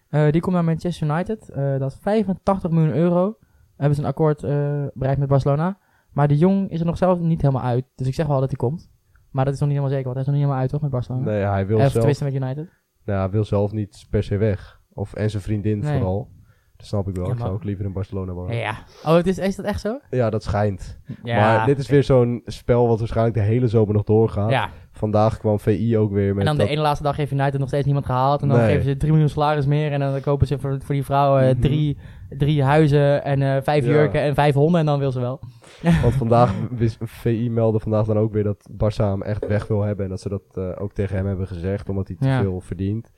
[SPEAKER 1] Eh, die komt naar Manchester United. Eh, dat is 85 miljoen euro. Hebben ze een akkoord eh, bereikt met Barcelona. Maar de Jong is er nog zelf niet helemaal uit. Dus ik zeg wel dat hij komt. Maar dat is nog niet helemaal zeker, want hij is nog niet helemaal uit, toch, met Barcelona?
[SPEAKER 2] Nee, hij wil,
[SPEAKER 1] Of
[SPEAKER 2] zelf,
[SPEAKER 1] tenminste met United.
[SPEAKER 2] nou, hij wil zelf niet per se weg. Of, en zijn vriendin
[SPEAKER 1] Nee.
[SPEAKER 2] vooral. Dat snap ik wel.
[SPEAKER 1] Ja,
[SPEAKER 2] Ik zou
[SPEAKER 1] maar-
[SPEAKER 2] ook liever in Barcelona wonen. Ja,
[SPEAKER 1] Ja. Oh, het is, is dat echt zo?
[SPEAKER 2] dat schijnt.
[SPEAKER 1] Ja.
[SPEAKER 2] maar dit is weer zo'n spel wat waarschijnlijk de hele zomer nog doorgaat.
[SPEAKER 1] Ja,
[SPEAKER 2] Vandaag kwam VI ook weer met
[SPEAKER 1] en dan
[SPEAKER 2] dat-
[SPEAKER 1] de ene laatste dag heeft United nog steeds niemand gehaald. En dan
[SPEAKER 2] Nee.
[SPEAKER 1] geven ze 3 miljoen salaris meer. En dan kopen ze voor, voor die vrouw eh,
[SPEAKER 2] Mhm.
[SPEAKER 1] drie, drie huizen en eh, vijf
[SPEAKER 2] Ja.
[SPEAKER 1] jurken en vijf honden. En dan wil ze wel.
[SPEAKER 2] Want vandaag, wist- VI meldde vandaag dan ook weer dat Barça hem echt weg wil hebben. En dat ze dat eh, ook tegen hem hebben gezegd, omdat hij te
[SPEAKER 1] Ja.
[SPEAKER 2] veel verdient.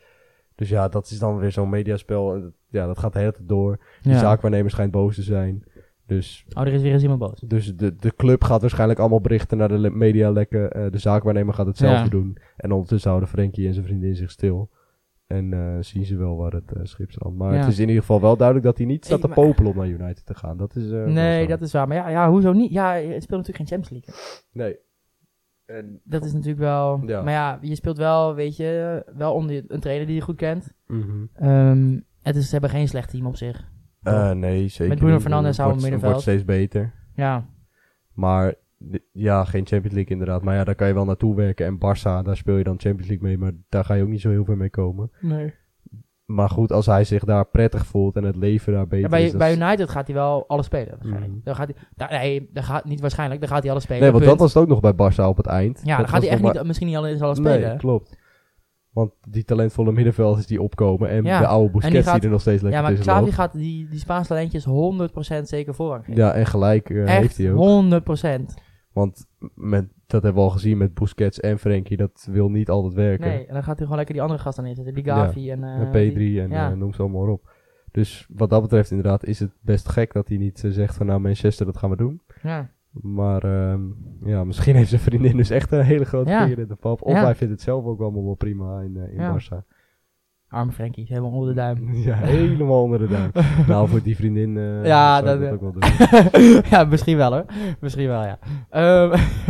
[SPEAKER 2] Dus ja, dat is dan weer zo'n mediaspel. En dat- Ja, dat gaat de hele tijd door. Die
[SPEAKER 1] Ja.
[SPEAKER 2] zaakwaarnemer schijnt boos te zijn. Dus,
[SPEAKER 1] Oh, er is weer eens iemand boos.
[SPEAKER 2] dus de, de club gaat waarschijnlijk allemaal berichten naar de le- media lekken. Eh, de zaakwaarnemer gaat hetzelfde
[SPEAKER 1] Ja.
[SPEAKER 2] doen. En ondertussen houden Frenkie en zijn vriendin zich stil. En eh, zien ze wel waar het eh, schip strandt. Maar
[SPEAKER 1] Ja.
[SPEAKER 2] het is in ieder geval wel duidelijk dat hij niet staat
[SPEAKER 1] Ik-
[SPEAKER 2] te
[SPEAKER 1] maar-
[SPEAKER 2] popelen om naar United te gaan. Dat is, eh, wel
[SPEAKER 1] Nee,
[SPEAKER 2] zo.
[SPEAKER 1] dat is waar. Maar ja, ja, hoezo niet? Ja, het speelt natuurlijk geen Champions League.
[SPEAKER 2] Nee. En,
[SPEAKER 1] Dat is natuurlijk wel...
[SPEAKER 2] Ja.
[SPEAKER 1] Maar ja, je speelt wel, weet je, wel onder een trainer die je goed kent.
[SPEAKER 2] mhm.
[SPEAKER 1] Ehm, het is, ze hebben geen slecht team op zich.
[SPEAKER 2] Eh, nee, zeker
[SPEAKER 1] Met Bruno
[SPEAKER 2] niet.
[SPEAKER 1] Fernandes
[SPEAKER 2] Het
[SPEAKER 1] houden
[SPEAKER 2] wordt-
[SPEAKER 1] we middenveld.
[SPEAKER 2] het wordt steeds beter.
[SPEAKER 1] Ja,
[SPEAKER 2] Maar d- ja, geen Champions League inderdaad. Maar ja, daar kan je wel naartoe werken. En Barça, daar speel je dan Champions League mee. Maar daar ga je ook niet zo heel veel mee komen.
[SPEAKER 1] nee.
[SPEAKER 2] Maar goed, als hij zich daar prettig voelt en het leven daar beter is.
[SPEAKER 1] bij,
[SPEAKER 2] dat
[SPEAKER 1] bij
[SPEAKER 2] is-
[SPEAKER 1] United gaat hij wel alles spelen, waarschijnlijk.
[SPEAKER 2] Mhm.
[SPEAKER 1] Dan gaat hij, daar, nee, daar gaat, niet waarschijnlijk, dan gaat hij alles spelen.
[SPEAKER 2] Nee, want dat
[SPEAKER 1] punt.
[SPEAKER 2] was het ook nog bij Barça op het eind.
[SPEAKER 1] Ja, dan
[SPEAKER 2] dat
[SPEAKER 1] gaat hij echt
[SPEAKER 2] was nog
[SPEAKER 1] niet, misschien niet alles, alles
[SPEAKER 2] maar-
[SPEAKER 1] spelen.
[SPEAKER 2] Nee, klopt. Want die talentvolle middenvelders die opkomen. En
[SPEAKER 1] Ja.
[SPEAKER 2] de oude Busquets die,
[SPEAKER 1] gaat-
[SPEAKER 2] er nog steeds lekker
[SPEAKER 1] ja, maar
[SPEAKER 2] tussen
[SPEAKER 1] Xavi
[SPEAKER 2] loopt.
[SPEAKER 1] gaat die, die Spaanse talentjes 100% zeker voorrang geven.
[SPEAKER 2] Ja, en gelijk eh, heeft
[SPEAKER 1] Echt
[SPEAKER 2] hij ook.
[SPEAKER 1] 100%.
[SPEAKER 2] Want met, dat hebben we al gezien met Busquets en Frenkie. Dat wil niet altijd werken.
[SPEAKER 1] Nee, en dan gaat hij gewoon lekker die andere gast aan inzetten. Die
[SPEAKER 2] Ja.
[SPEAKER 1] Gavi en... eh,
[SPEAKER 2] En
[SPEAKER 1] die-
[SPEAKER 2] P3 en
[SPEAKER 1] ja.
[SPEAKER 2] eh, noem ze allemaal maar op. Dus wat dat betreft inderdaad is het best gek dat hij niet eh, zegt van nou Manchester dat gaan we doen.
[SPEAKER 1] Ja.
[SPEAKER 2] Maar ehm, ja, misschien heeft zijn vriendin dus echt een hele grote
[SPEAKER 1] Ja.
[SPEAKER 2] vinger in de pap. Of
[SPEAKER 1] Ja.
[SPEAKER 2] hij vindt het zelf ook allemaal wel prima in, eh, in
[SPEAKER 1] Ja.
[SPEAKER 2] Barça.
[SPEAKER 1] Arme Frenkie, helemaal onder de duim.
[SPEAKER 2] Ja, helemaal onder de duim. nou, voor die vriendin eh,
[SPEAKER 1] Ja,
[SPEAKER 2] zou ik
[SPEAKER 1] dat-
[SPEAKER 2] dat ook wel doen.
[SPEAKER 1] ja, misschien wel hoor. Misschien wel, ja. Ehm,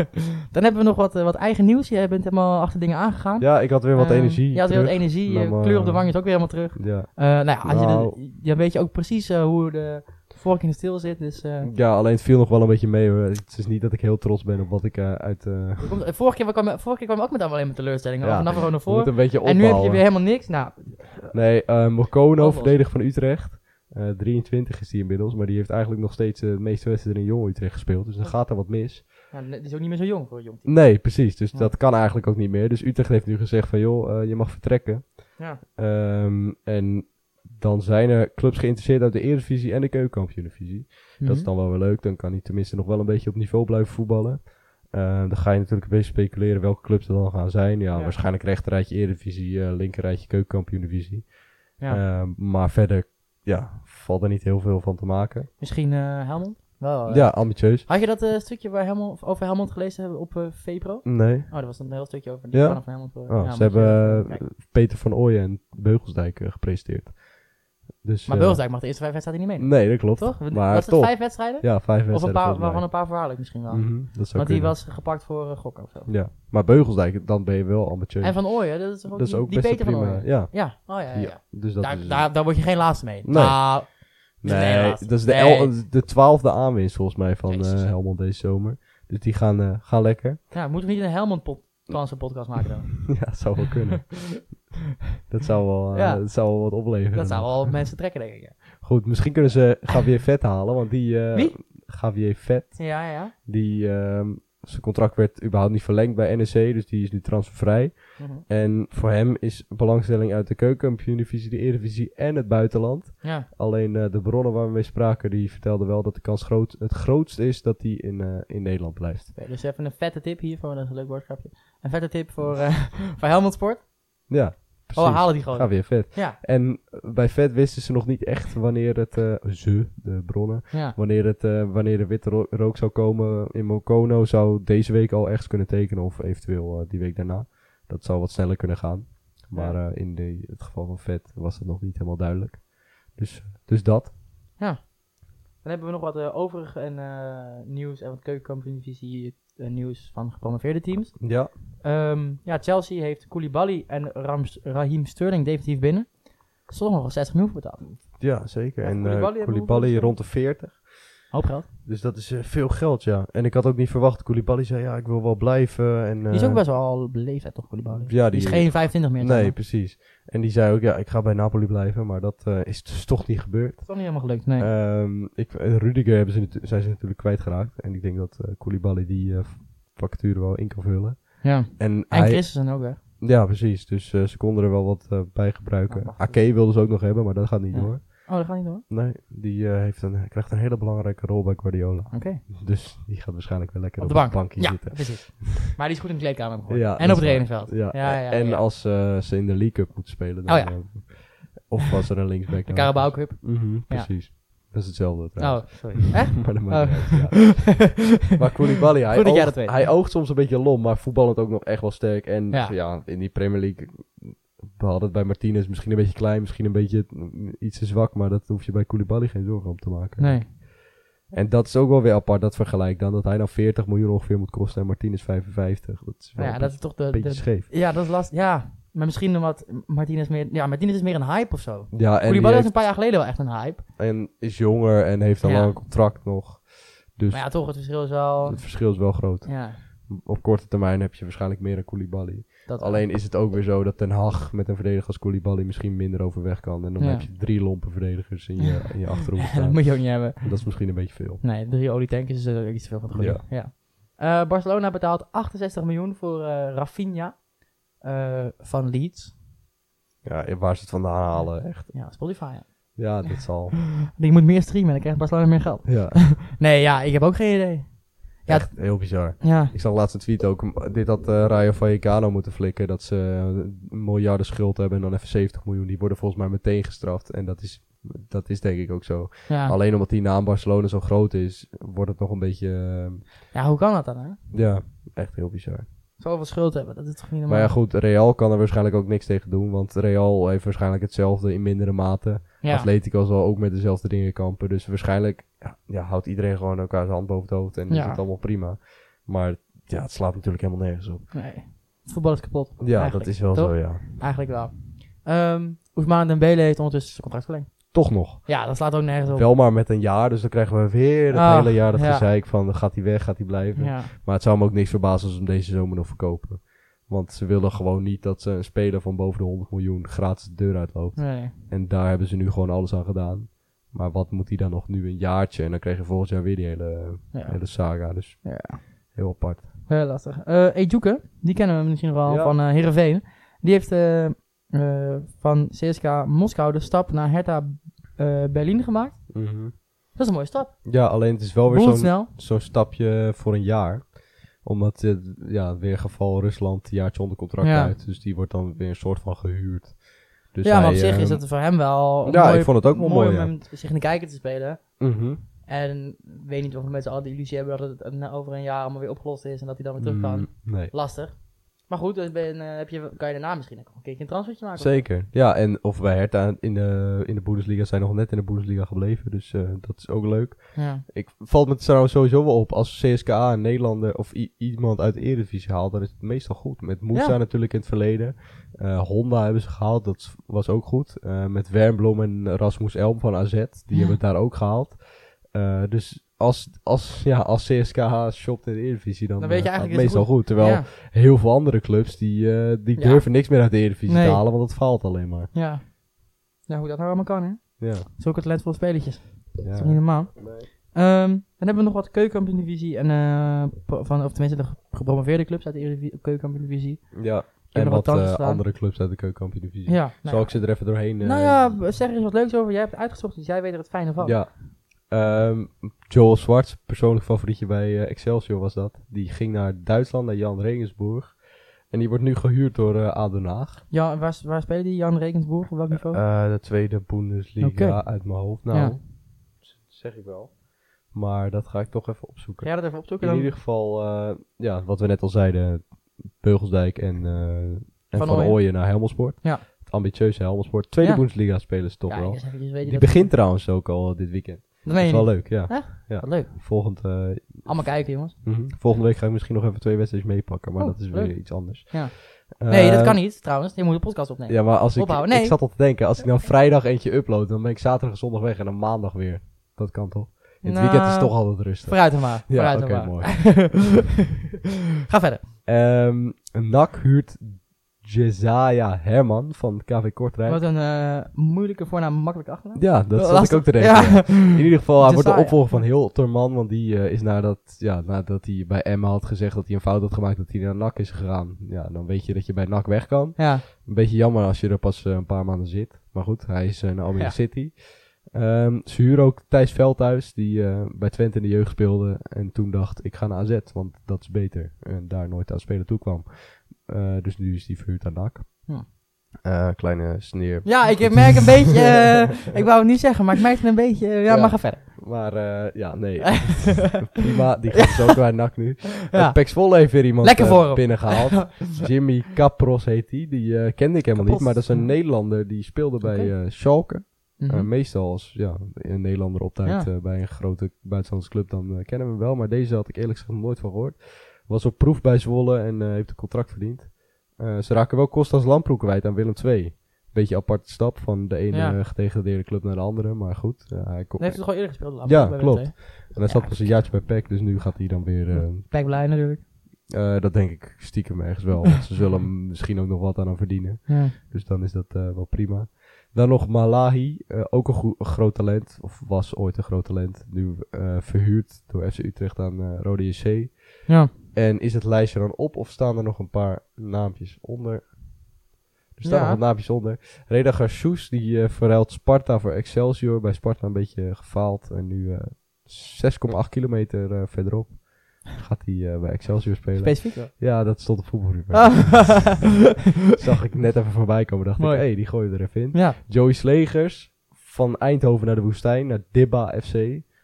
[SPEAKER 1] dan hebben we nog wat, eh, wat eigen nieuws. Jij bent helemaal achter dingen aangegaan.
[SPEAKER 2] Ja, ik had weer wat
[SPEAKER 1] Ehm,
[SPEAKER 2] energie
[SPEAKER 1] Je had weer wat
[SPEAKER 2] terug.
[SPEAKER 1] energie.
[SPEAKER 2] Nou,
[SPEAKER 1] eh,
[SPEAKER 2] maar-
[SPEAKER 1] kleur op de wang is ook weer helemaal terug.
[SPEAKER 2] Ja.
[SPEAKER 1] Eh, nou ja, als
[SPEAKER 2] Nou.
[SPEAKER 1] Je de- dan weet je ook precies eh, hoe de vork in de stil zit. Dus, eh,
[SPEAKER 2] ja, alleen het viel nog wel een beetje mee hoor. Het is niet dat ik heel trots ben op wat ik eh, uit... eh,
[SPEAKER 1] er komt- eh, vorige, keer kwam, vorige keer kwam ook met allemaal alleen maar teleurstellingen.
[SPEAKER 2] Ja.
[SPEAKER 1] Of vanaf gewoon naar
[SPEAKER 2] moet
[SPEAKER 1] voren.
[SPEAKER 2] een beetje
[SPEAKER 1] En
[SPEAKER 2] opbouwen.
[SPEAKER 1] nu heb je weer helemaal niks. Nou,
[SPEAKER 2] Nee, eh Mokono,
[SPEAKER 1] Alvast.
[SPEAKER 2] verdediger van Utrecht. Eh, 23 is hij inmiddels, maar die heeft eigenlijk nog steeds eh, de meeste wedstrijden in Jong Utrecht gespeeld. Dus dan gaat er wat mis.
[SPEAKER 1] ja, het is ook niet meer zo jong voor een jong team.
[SPEAKER 2] Nee, precies. Dus
[SPEAKER 1] Ja.
[SPEAKER 2] dat kan eigenlijk ook niet meer. Dus Utrecht heeft nu gezegd van, joh, eh, je mag vertrekken.
[SPEAKER 1] Ja.
[SPEAKER 2] Ehm, en dan zijn er clubs geïnteresseerd uit de Eredivisie en de Keukenkampioendivisie. Dat
[SPEAKER 1] Mhm.
[SPEAKER 2] is dan wel weer leuk. Dan kan hij tenminste nog wel een beetje op niveau blijven voetballen. Eh, dan ga je natuurlijk een beetje speculeren welke clubs er dan gaan zijn. Ja,
[SPEAKER 1] Ja.
[SPEAKER 2] waarschijnlijk rechterrijtje Eredivisie, eh linkerrijtje Keukenkampioendivisie.
[SPEAKER 1] Ja.
[SPEAKER 2] Ehm, maar verder ja, valt er niet heel veel van te maken.
[SPEAKER 1] Misschien eh Helmond? Wel, eh.
[SPEAKER 2] Oh, Ja, ambitieus.
[SPEAKER 1] Had je dat eh, stukje waar Helmond, over Helmond gelezen hebben op eh Vepro?
[SPEAKER 2] Nee.
[SPEAKER 1] Oh, dat was een heel stukje over die
[SPEAKER 2] Ja?
[SPEAKER 1] plannen van Helmond. voor-
[SPEAKER 2] Oh,
[SPEAKER 1] ja,
[SPEAKER 2] ze
[SPEAKER 1] moet je-
[SPEAKER 2] hebben eh,
[SPEAKER 1] kijk.
[SPEAKER 2] Peter van Ooyen en Beugelsdijk eh, gepresenteerd. Dus,
[SPEAKER 1] Maar
[SPEAKER 2] eh,
[SPEAKER 1] Beugelsdijk mag de eerste vijf wedstrijden niet meedoen.
[SPEAKER 2] Nee, dat klopt.
[SPEAKER 1] Toch? Want-
[SPEAKER 2] Mm. Maar
[SPEAKER 1] was het
[SPEAKER 2] toch.
[SPEAKER 1] vijf wedstrijden?
[SPEAKER 2] Ja, vijf
[SPEAKER 1] of een
[SPEAKER 2] wedstrijden
[SPEAKER 1] paar,
[SPEAKER 2] volgens mij.
[SPEAKER 1] waarvan een paar verhaaldelijk misschien wel.
[SPEAKER 2] Mhm, dat zou
[SPEAKER 1] Want die
[SPEAKER 2] kunnen.
[SPEAKER 1] was gepakt voor eh, gokken of zo.
[SPEAKER 2] Ja, maar Beugelsdijk, dan ben je wel ambitieus.
[SPEAKER 1] En Van Ooyen, dat is ook,
[SPEAKER 2] dat is
[SPEAKER 1] die,
[SPEAKER 2] ook
[SPEAKER 1] die
[SPEAKER 2] best
[SPEAKER 1] beter van
[SPEAKER 2] prima.
[SPEAKER 1] Ooyen.
[SPEAKER 2] ja.
[SPEAKER 1] Ja, oh ja, ja, ja.
[SPEAKER 2] ja, dus dat
[SPEAKER 1] daar,
[SPEAKER 2] is...
[SPEAKER 1] daar, daar word je geen laatste mee.
[SPEAKER 2] Nee.
[SPEAKER 1] Nou,
[SPEAKER 2] nee,
[SPEAKER 1] Nederlands.
[SPEAKER 2] dat is de,
[SPEAKER 1] Nee.
[SPEAKER 2] el- de twaalfde aanwinst volgens mij van eh,
[SPEAKER 1] Jezus.
[SPEAKER 2] Helmond deze zomer. Dus die gaan, eh, gaan lekker.
[SPEAKER 1] ja, moeten we niet een Helmond pod Panzer podcast maken dan?
[SPEAKER 2] Ja, het zou wel kunnen. dat, zou wel, eh,
[SPEAKER 1] Ja.
[SPEAKER 2] dat zou wel wat opleveren.
[SPEAKER 1] Dat zou wel mensen trekken, denk ik. ja.
[SPEAKER 2] Goed, misschien kunnen ze Javier Vet halen, want die... eh,
[SPEAKER 1] Wie?
[SPEAKER 2] Javier Vet,
[SPEAKER 1] Ja, ja, ja.
[SPEAKER 2] die... ehm, zijn contract werd überhaupt niet verlengd bij NEC, dus die is nu transfervrij.
[SPEAKER 1] Mhm.
[SPEAKER 2] En voor hem is belangstelling uit de keukenkampioen-divisie, de Eredivisie en het buitenland.
[SPEAKER 1] Ja,
[SPEAKER 2] Alleen eh, de bronnen waar we mee spraken, die vertelden wel dat de kans groot, het grootst is dat hij in, eh, in Nederland blijft.
[SPEAKER 1] Oké, dus even een vette tip hiervoor. Dat is een leuk woordgrapje. Een vette tip voor, eh, voor Helmond Sport.
[SPEAKER 2] Ja, precies.
[SPEAKER 1] Oh, halen die gewoon.
[SPEAKER 2] Javier Ah, Vet.
[SPEAKER 1] Ja,
[SPEAKER 2] En bij Vet wisten ze nog niet echt wanneer het, eh, ze, de bronnen,
[SPEAKER 1] ja.
[SPEAKER 2] wanneer, het, eh, wanneer de witte ro- rook zou komen in Mokono, zou deze week al ergens kunnen tekenen of eventueel eh, die week daarna. Dat zou wat sneller kunnen gaan. Maar eh, in de, het geval van Vet was dat nog niet helemaal duidelijk. Dus, dus dat.
[SPEAKER 1] Dan hebben we nog wat eh, overig en, eh, nieuws en wat keukenkampioenvisie eh nieuws van gepromoveerde teams.
[SPEAKER 2] Ja.
[SPEAKER 1] Ehm, ja, Chelsea heeft Koulibaly en Rams, Raheem Sterling definitief binnen. Er stond nog wel 60 miljoen voor betaald.
[SPEAKER 2] Ja, zeker.
[SPEAKER 1] Ja,
[SPEAKER 2] en
[SPEAKER 1] Koulibaly hebben
[SPEAKER 2] Koulibaly,
[SPEAKER 1] we
[SPEAKER 2] Koulibaly
[SPEAKER 1] hoeveel?
[SPEAKER 2] rond de 40.
[SPEAKER 1] Hoop geld.
[SPEAKER 2] Dus dat is eh, veel geld, ja. En ik had ook niet verwacht. Koulibaly zei, ja, ik wil wel blijven. En,
[SPEAKER 1] Die is
[SPEAKER 2] eh,
[SPEAKER 1] ook best wel al beleefd, toch, Koulibaly?
[SPEAKER 2] Ja,
[SPEAKER 1] die,
[SPEAKER 2] die-
[SPEAKER 1] is geen 25 meer. zeg
[SPEAKER 2] Nee,
[SPEAKER 1] maar.
[SPEAKER 2] precies. En die zei ook, ja, ik ga bij Napoli blijven, maar dat eh, is dus toch niet gebeurd.
[SPEAKER 1] Dat is toch niet helemaal gelukt, nee.
[SPEAKER 2] Ehm, ik, eh, Rudiger hebben ze natu- zijn ze natuurlijk kwijtgeraakt. En ik denk dat eh Koulibaly die eh, vacature wel in kan vullen.
[SPEAKER 1] ja.
[SPEAKER 2] En,
[SPEAKER 1] En
[SPEAKER 2] hij-
[SPEAKER 1] Christensen ook, hè.
[SPEAKER 2] Ja, precies. Dus eh, ze konden er wel wat eh, bij gebruiken.
[SPEAKER 1] Ja, mag-
[SPEAKER 2] Ake wilden ze ook nog hebben, maar dat gaat niet
[SPEAKER 1] Ja.
[SPEAKER 2] door.
[SPEAKER 1] Oh, dat gaat niet door.
[SPEAKER 2] Nee, die eh, heeft een, krijgt een hele belangrijke rol bij Guardiola.
[SPEAKER 1] Oké.
[SPEAKER 2] Dus die gaat waarschijnlijk wel lekker
[SPEAKER 1] Op de bank.
[SPEAKER 2] bankje
[SPEAKER 1] ja,
[SPEAKER 2] zitten.
[SPEAKER 1] precies. Maar die is goed in de kleedkamer geworden.
[SPEAKER 2] Ja, dat
[SPEAKER 1] en op
[SPEAKER 2] is
[SPEAKER 1] het
[SPEAKER 2] waar.
[SPEAKER 1] trainingsveld.
[SPEAKER 2] Ja.
[SPEAKER 1] ja, ja,
[SPEAKER 2] en
[SPEAKER 1] ja.
[SPEAKER 2] als eh, ze in de League Cup moet spelen. Dan,
[SPEAKER 1] Oh ja.
[SPEAKER 2] eh, of als er een linksback
[SPEAKER 1] De
[SPEAKER 2] nodig
[SPEAKER 1] Carabao
[SPEAKER 2] is.
[SPEAKER 1] Cup.
[SPEAKER 2] Mhm, precies. Dat is hetzelfde trouwens.
[SPEAKER 1] Oh, sorry. Echt?
[SPEAKER 2] maar dat maakt niet
[SPEAKER 1] Oh.
[SPEAKER 2] uit, ja. Maar Koulibaly, hij,
[SPEAKER 1] Goed dat jij
[SPEAKER 2] oogt,
[SPEAKER 1] dat weet.
[SPEAKER 2] hij oogt soms een beetje lom, maar voetballend ook nog echt wel sterk. En ja.
[SPEAKER 1] Ja.
[SPEAKER 2] in die Premier League, we hadden het bij Martinez misschien een beetje klein, misschien een beetje mm, iets te zwak. Maar dat hoef je bij Koulibaly geen zorgen om te maken.
[SPEAKER 1] nee.
[SPEAKER 2] En dat is ook wel weer apart, dat vergelijk dan. Dat hij dan 40 miljoen ongeveer moet kosten en Martinez 55. Dat is wel
[SPEAKER 1] Nou ja,
[SPEAKER 2] een
[SPEAKER 1] dat is toch de...
[SPEAKER 2] beetje
[SPEAKER 1] de-
[SPEAKER 2] scheef.
[SPEAKER 1] ja, dat is lastig. Ja, maar misschien omdat Martinez meer... Ja, Martinez is meer een hype of zo.
[SPEAKER 2] Ja, en, die
[SPEAKER 1] Koulibaly was
[SPEAKER 2] heeft-
[SPEAKER 1] een paar jaar geleden wel echt een hype.
[SPEAKER 2] en is jonger en heeft een
[SPEAKER 1] Ja.
[SPEAKER 2] lang contract nog. Dus
[SPEAKER 1] Maar ja, toch, het verschil is wel...
[SPEAKER 2] het verschil is wel groot.
[SPEAKER 1] Ja,
[SPEAKER 2] Op korte termijn heb je waarschijnlijk meer een Koulibaly.
[SPEAKER 1] dat
[SPEAKER 2] Alleen is het ook weer zo dat Ten Hag met een verdediger als Koulibaly misschien minder overweg kan. En dan
[SPEAKER 1] Ja.
[SPEAKER 2] heb je drie lompe verdedigers in je, in je achterhoek
[SPEAKER 1] Ja, dat
[SPEAKER 2] staan.
[SPEAKER 1] moet je ook niet hebben.
[SPEAKER 2] En dat is misschien een beetje veel.
[SPEAKER 1] Nee, drie olietankers is er ook iets te veel van het goede. Ja. Eh, Barcelona betaalt 68 miljoen voor eh Rafinha eh, van Leeds.
[SPEAKER 2] Ja, en waar ze het vandaan halen, echt.
[SPEAKER 1] Ja, Spotify. Ja.
[SPEAKER 2] Ja, dat zal.
[SPEAKER 1] Die moet meer streamen en dan krijgt Barcelona meer geld.
[SPEAKER 2] Ja,
[SPEAKER 1] Nee, ja, ik heb ook geen idee. Ja,
[SPEAKER 2] echt heel bizar.
[SPEAKER 1] Ja,
[SPEAKER 2] Ik zag laatst een tweet ook. m- Dit had eh Rayo Vallecano moeten flikken. Dat ze eh, miljarden schuld hebben en dan even 70 miljoen. Die worden volgens mij meteen gestraft. En dat is, dat is denk ik ook zo.
[SPEAKER 1] ja.
[SPEAKER 2] Alleen omdat die naam Barcelona zo groot is, wordt het nog een beetje... eh,
[SPEAKER 1] ja, hoe kan dat dan, hè?
[SPEAKER 2] ja, echt heel bizar.
[SPEAKER 1] Zoveel schuld hebben, dat is toch niet normaal?
[SPEAKER 2] Maar ja, goed. Real kan er waarschijnlijk ook niks tegen doen. Want Real heeft waarschijnlijk hetzelfde in mindere mate.
[SPEAKER 1] Ja.
[SPEAKER 2] Atletico zal ook met dezelfde dingen kampen. Dus waarschijnlijk ja, ja, houdt iedereen gewoon elkaar zijn hand boven het hoofd. En is
[SPEAKER 1] Ja.
[SPEAKER 2] het allemaal prima. Maar ja, het slaat natuurlijk helemaal nergens op.
[SPEAKER 1] Nee. Het voetbal is kapot.
[SPEAKER 2] Ja,
[SPEAKER 1] Eigenlijk,
[SPEAKER 2] dat is wel
[SPEAKER 1] toch?
[SPEAKER 2] zo, ja.
[SPEAKER 1] Eigenlijk wel. Ehm Ousmane Dembele heeft ondertussen zijn contract verlengd.
[SPEAKER 2] Toch nog.
[SPEAKER 1] Ja, dat slaat ook nergens op.
[SPEAKER 2] Wel maar met een jaar, dus dan krijgen we weer het
[SPEAKER 1] Ah,
[SPEAKER 2] hele jaar dat
[SPEAKER 1] ja.
[SPEAKER 2] gezeik van gaat hij weg, gaat hij blijven.
[SPEAKER 1] Ja.
[SPEAKER 2] Maar het zou me ook niks verbazen als ze hem deze zomer nog verkopen. Want ze willen gewoon niet dat ze een speler van boven de 100 miljoen gratis de deur uitloopt.
[SPEAKER 1] Nee.
[SPEAKER 2] En daar hebben ze nu gewoon alles aan gedaan. Maar wat moet hij dan nog nu een jaartje? En dan krijg je volgend jaar weer die hele,
[SPEAKER 1] Ja.
[SPEAKER 2] hele saga. Dus
[SPEAKER 1] Ja.
[SPEAKER 2] heel apart.
[SPEAKER 1] Heel lastig. Eh Ejuke, die kennen we misschien nog wel
[SPEAKER 2] Ja.
[SPEAKER 1] van eh Heerenveen. Die heeft eh, eh, van CSKA Moskou de stap naar Hertha eh, Berlin gemaakt. Dat is een mooie stap.
[SPEAKER 2] Ja, alleen het is wel weer
[SPEAKER 1] Boel
[SPEAKER 2] zo'n
[SPEAKER 1] snel.
[SPEAKER 2] zo'n stapje voor een jaar. Omdat, eh, ja, weer geval Rusland een jaartje onder contract
[SPEAKER 1] Ja.
[SPEAKER 2] uit. Dus die wordt dan weer een soort van gehuurd. Dus
[SPEAKER 1] ja, maar op
[SPEAKER 2] hij,
[SPEAKER 1] zich
[SPEAKER 2] eh,
[SPEAKER 1] is dat voor hem wel een
[SPEAKER 2] Ja,
[SPEAKER 1] mooi-
[SPEAKER 2] ik vond het ook wel mooi,
[SPEAKER 1] om
[SPEAKER 2] ja.
[SPEAKER 1] hem t- zich in de kijker te spelen.
[SPEAKER 2] mhm.
[SPEAKER 1] En ik weet niet of we met z'n allen de illusie hebben dat het na- over een jaar allemaal weer opgelost is en dat hij dan weer terug kan.
[SPEAKER 2] Mm, nee.
[SPEAKER 1] Lastig. Maar goed, dan ben, eh, heb je, kan je daarna misschien ook nog een keertje een transfertje maken.
[SPEAKER 2] Zeker. Ja, en of bij Hertha in de, in de Bundesliga zijn nog net in de Bundesliga gebleven. Dus eh, dat is ook leuk.
[SPEAKER 1] Ja.
[SPEAKER 2] Ik valt me trouwens sowieso wel op. Als CSKA een Nederlander of i- iemand uit de Eredivisie haalt, dan is het meestal goed. Met Moussa
[SPEAKER 1] Ja.
[SPEAKER 2] natuurlijk in het verleden. Eh, Honda hebben ze gehaald, dat s- was ook goed. Eh, met Wernblom en Rasmus Elm van AZ, die hebben het daar ook gehaald. Eh, dus als, als, ja, als CSKA shopt in de Eredivisie, dan,
[SPEAKER 1] Dan weet je
[SPEAKER 2] eh, gaat
[SPEAKER 1] eigenlijk
[SPEAKER 2] het
[SPEAKER 1] dat het
[SPEAKER 2] meestal goed. Terwijl
[SPEAKER 1] ja.
[SPEAKER 2] heel veel andere clubs die, eh, die
[SPEAKER 1] Ja.
[SPEAKER 2] durven niks meer uit de Eredivisie
[SPEAKER 1] Nee.
[SPEAKER 2] te halen, want dat faalt alleen maar.
[SPEAKER 1] ja. Ja, hoe dat nou allemaal kan, hè?
[SPEAKER 2] Ja.
[SPEAKER 1] Zulke talentvolle spelletjes.
[SPEAKER 2] ja.
[SPEAKER 1] Dat is niet normaal. Ehm, dan hebben we nog wat keukenkampioen-divisie. En, eh, pro- van, of tenminste, de ge- gepromoveerde clubs uit de Eredivi- keukenkampioen-divisie.
[SPEAKER 2] Ja.
[SPEAKER 1] heb
[SPEAKER 2] En
[SPEAKER 1] nog wat
[SPEAKER 2] wat
[SPEAKER 1] tanden
[SPEAKER 2] eh,
[SPEAKER 1] staan.
[SPEAKER 2] andere clubs uit de keukenkampioen-divisie.
[SPEAKER 1] Ja. nou ja.
[SPEAKER 2] Zal ik ze er even doorheen? eh,
[SPEAKER 1] nou ja, zeg er eens wat leuks over. Jij hebt het uitgezocht, dus jij weet er het fijne van.
[SPEAKER 2] Ja. Ehm, Joel Zwarts, persoonlijk favorietje bij eh, Excelsior was dat. Die ging naar Duitsland, naar Jan Regensburg. En die wordt nu gehuurd door eh ADO Den Haag.
[SPEAKER 1] Ja, en waar, waar spelen die? Jan Rekensboer, op welk niveau?
[SPEAKER 2] Eh, de tweede Bundesliga
[SPEAKER 1] Oké.
[SPEAKER 2] uit mijn hoofd. Nou,
[SPEAKER 1] Ja.
[SPEAKER 2] zeg ik wel. Maar dat ga ik toch even opzoeken.
[SPEAKER 1] Ga jij dat even opzoeken?
[SPEAKER 2] In
[SPEAKER 1] Dan?
[SPEAKER 2] ieder geval, eh, ja, wat we net al zeiden, Beugelsdijk en, eh, en
[SPEAKER 1] Van
[SPEAKER 2] Van
[SPEAKER 1] Ooyen.
[SPEAKER 2] Ooyen naar Helmersport.
[SPEAKER 1] Ja.
[SPEAKER 2] Het ambitieuze Helmersport. Tweede
[SPEAKER 1] Ja.
[SPEAKER 2] Bundesliga spelen ze toch
[SPEAKER 1] ja,
[SPEAKER 2] wel.
[SPEAKER 1] eens eventjes weet je
[SPEAKER 2] Die
[SPEAKER 1] dat-
[SPEAKER 2] begint trouwens ook al dit weekend.
[SPEAKER 1] Dat
[SPEAKER 2] Dat
[SPEAKER 1] meen
[SPEAKER 2] is
[SPEAKER 1] je
[SPEAKER 2] wel eh,
[SPEAKER 1] niet.
[SPEAKER 2] leuk, ja.
[SPEAKER 1] Wat leuk.
[SPEAKER 2] Volgend, eh,
[SPEAKER 1] Allemaal kijken, jongens.
[SPEAKER 2] mhm. Volgende week ga ik misschien nog even twee wedstrijden meepakken, maar
[SPEAKER 1] Oh,
[SPEAKER 2] dat is weer
[SPEAKER 1] leuk.
[SPEAKER 2] iets anders.
[SPEAKER 1] Ja. Nee, dat
[SPEAKER 2] Eh,
[SPEAKER 1] kan niet, trouwens. Je moet een podcast opnemen.
[SPEAKER 2] Ja, maar als ik,
[SPEAKER 1] Ophouden, nee.
[SPEAKER 2] ik zat al te denken, als ik nou vrijdag eentje upload, dan ben ik zaterdag en zondag weg en dan maandag weer. Dat kan toch? In het
[SPEAKER 1] Nou,
[SPEAKER 2] weekend is het toch altijd rustig.
[SPEAKER 1] Vooruit dan maar.
[SPEAKER 2] ja,
[SPEAKER 1] vooruit
[SPEAKER 2] oké,
[SPEAKER 1] dan maar.
[SPEAKER 2] mooi.
[SPEAKER 1] Ga verder.
[SPEAKER 2] Ehm NAC huurt Jezaja Herman van KV Kortrijk.
[SPEAKER 1] Wat een eh, moeilijke voornaam, makkelijk achternaam.
[SPEAKER 2] Ja, dat zat ik
[SPEAKER 1] Lastig.
[SPEAKER 2] ook te denken. ja. In ieder geval, hij wordt de
[SPEAKER 1] Jesaja.
[SPEAKER 2] opvolger van Hilterman, want die eh, is nadat, ja, nadat hij bij Emma had gezegd dat hij een fout had gemaakt, dat hij naar NAC is gegaan. Ja, dan weet je dat je bij NAC weg kan.
[SPEAKER 1] Ja.
[SPEAKER 2] Een beetje jammer als je er pas eh, een paar maanden zit. Maar goed, hij is eh, naar Almere
[SPEAKER 1] Ja.
[SPEAKER 2] City. Eh, Ehm ze huren ook Thijs Veldhuis, die eh, bij Twente in de jeugd speelde. En toen dacht, ik ga naar AZ, want dat is beter. En daar nooit aan spelen toe kwam. Eh, dus nu is die verhuurd aan NAC.
[SPEAKER 1] Ja.
[SPEAKER 2] Eh, kleine sneer.
[SPEAKER 1] Ja, ik merk een beetje... eh, ik wou het niet zeggen, maar ik merk het een beetje... eh, ja,
[SPEAKER 2] Ja.
[SPEAKER 1] maar ga verder.
[SPEAKER 2] Maar eh, ja, nee. Prima, die gaat zo bij NAC nu.
[SPEAKER 1] Ja.
[SPEAKER 2] Ja. Pek Zwolle heeft weer iemand
[SPEAKER 1] Lekker
[SPEAKER 2] eh,
[SPEAKER 1] voor hem.
[SPEAKER 2] binnengehaald. Jimmy Capros heet die. Die eh, kende ik
[SPEAKER 1] Capros.
[SPEAKER 2] helemaal
[SPEAKER 1] Mm.
[SPEAKER 2] niet. Maar dat is een Nederlander die speelde bij
[SPEAKER 1] Oké.
[SPEAKER 2] eh, Schalke.
[SPEAKER 1] Mhm.
[SPEAKER 2] Eh, meestal als ja, een Nederlander opduikt eh, bij een grote buitenlandse club, dan eh, kennen we hem wel. Maar deze had ik eerlijk gezegd nog nooit van gehoord. Was op proef bij Zwolle en eh, heeft een contract verdiend. Eh, ze raken wel Kostas Lamproek kwijt aan Willem II. Beetje aparte stap van de ene
[SPEAKER 1] Ja.
[SPEAKER 2] eh, gedegradeerde club naar de andere. Maar goed, eh, hij komt.
[SPEAKER 1] Nee, heeft het gewoon eerder gespeeld? laat
[SPEAKER 2] Ja,
[SPEAKER 1] maar bij Willem
[SPEAKER 2] klopt.
[SPEAKER 1] II.
[SPEAKER 2] En hij zat pas een jaartje bij PEC, dus nu gaat hij dan weer... eh,
[SPEAKER 1] Pek blij natuurlijk.
[SPEAKER 2] eh, dat denk ik stiekem ergens wel. Want ze zullen hem misschien ook nog wat aan hem verdienen.
[SPEAKER 1] Ja.
[SPEAKER 2] Dus dan is dat eh, wel prima. Dan nog Malahi, eh, ook een goe- groot talent. Of was ooit een groot talent. Nu eh, verhuurd door FC Utrecht aan eh, Rode JC.
[SPEAKER 1] ja.
[SPEAKER 2] En is het lijstje dan op of staan er nog een paar naampjes onder? Er staan
[SPEAKER 1] Ja.
[SPEAKER 2] nog wat naampjes onder. Reda Garsoes, die eh, verruilt Sparta voor Excelsior. Bij Sparta een beetje gefaald. En nu eh, 6,8 kilometer eh, verderop gaat hij eh, bij Excelsior spelen.
[SPEAKER 1] Specifiek wel.
[SPEAKER 2] ja, dat stond op voetbalruim.
[SPEAKER 1] Ah.
[SPEAKER 2] Zag ik net even voorbij komen. Dacht
[SPEAKER 1] Mooi.
[SPEAKER 2] ik, hé, hey, die gooien we er even in.
[SPEAKER 1] ja.
[SPEAKER 2] Joey Slegers van Eindhoven naar de woestijn, naar Dibba FC.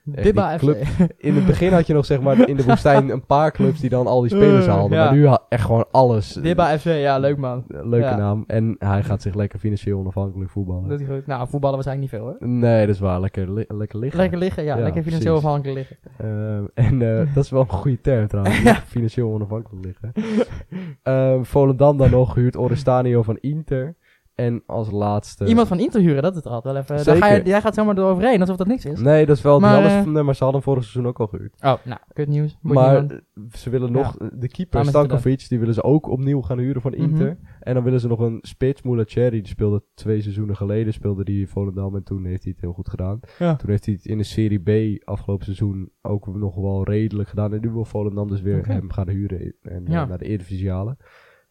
[SPEAKER 1] Dibba
[SPEAKER 2] die
[SPEAKER 1] FC.
[SPEAKER 2] In het begin had je nog zeg maar in de woestijn een paar clubs die dan al die spelers
[SPEAKER 1] Eh,
[SPEAKER 2] haalden.
[SPEAKER 1] ja.
[SPEAKER 2] Maar nu ha- echt gewoon alles. Eh,
[SPEAKER 1] Dibba FC, ja, leuk man.
[SPEAKER 2] Leuke
[SPEAKER 1] Ja.
[SPEAKER 2] naam. En hij gaat zich lekker financieel onafhankelijk voetballen.
[SPEAKER 1] Dat is goed. Nou, voetballen was eigenlijk niet veel, hoor.
[SPEAKER 2] Nee, dat is waar. Lekker, li- lekker liggen.
[SPEAKER 1] Lekker liggen, ja.
[SPEAKER 2] Ja,
[SPEAKER 1] lekker financieel
[SPEAKER 2] precies.
[SPEAKER 1] afhankelijk liggen.
[SPEAKER 2] Ehm, en eh, dat is wel een goede term trouwens. Financieel onafhankelijk liggen. Ehm, Volendam dan nog huurt Orestanio van Inter. En als laatste...
[SPEAKER 1] Iemand van Inter huren, dat is het altijd wel even. Daar
[SPEAKER 2] Zeker.
[SPEAKER 1] ga je, jij gaat zomaar eroverheen, alsof dat niks is.
[SPEAKER 2] Nee, dat is wel... die
[SPEAKER 1] Maar,
[SPEAKER 2] hadden ze-
[SPEAKER 1] eh,
[SPEAKER 2] nee, maar ze hadden hem vorig seizoen ook al gehuurd.
[SPEAKER 1] Oh, nou, kut nieuws. Moet
[SPEAKER 2] maar
[SPEAKER 1] niemand-
[SPEAKER 2] eh, ze willen
[SPEAKER 1] Ja.
[SPEAKER 2] nog de
[SPEAKER 1] Laat
[SPEAKER 2] keeper
[SPEAKER 1] me Mhm.
[SPEAKER 2] Stankovic, die willen ze ook opnieuw gaan huren van Inter. En dan willen ze nog een spits, Mulacheri, die speelde twee seizoenen geleden, speelde die in Volendam en toen heeft hij het heel goed gedaan.
[SPEAKER 1] Ja.
[SPEAKER 2] Toen heeft hij het in de Serie B afgelopen seizoen ook nog wel redelijk gedaan. En nu wil Volendam dus weer
[SPEAKER 1] Oké.
[SPEAKER 2] hem gaan huren en eh,
[SPEAKER 1] Ja.
[SPEAKER 2] naar de Eredivisie halen.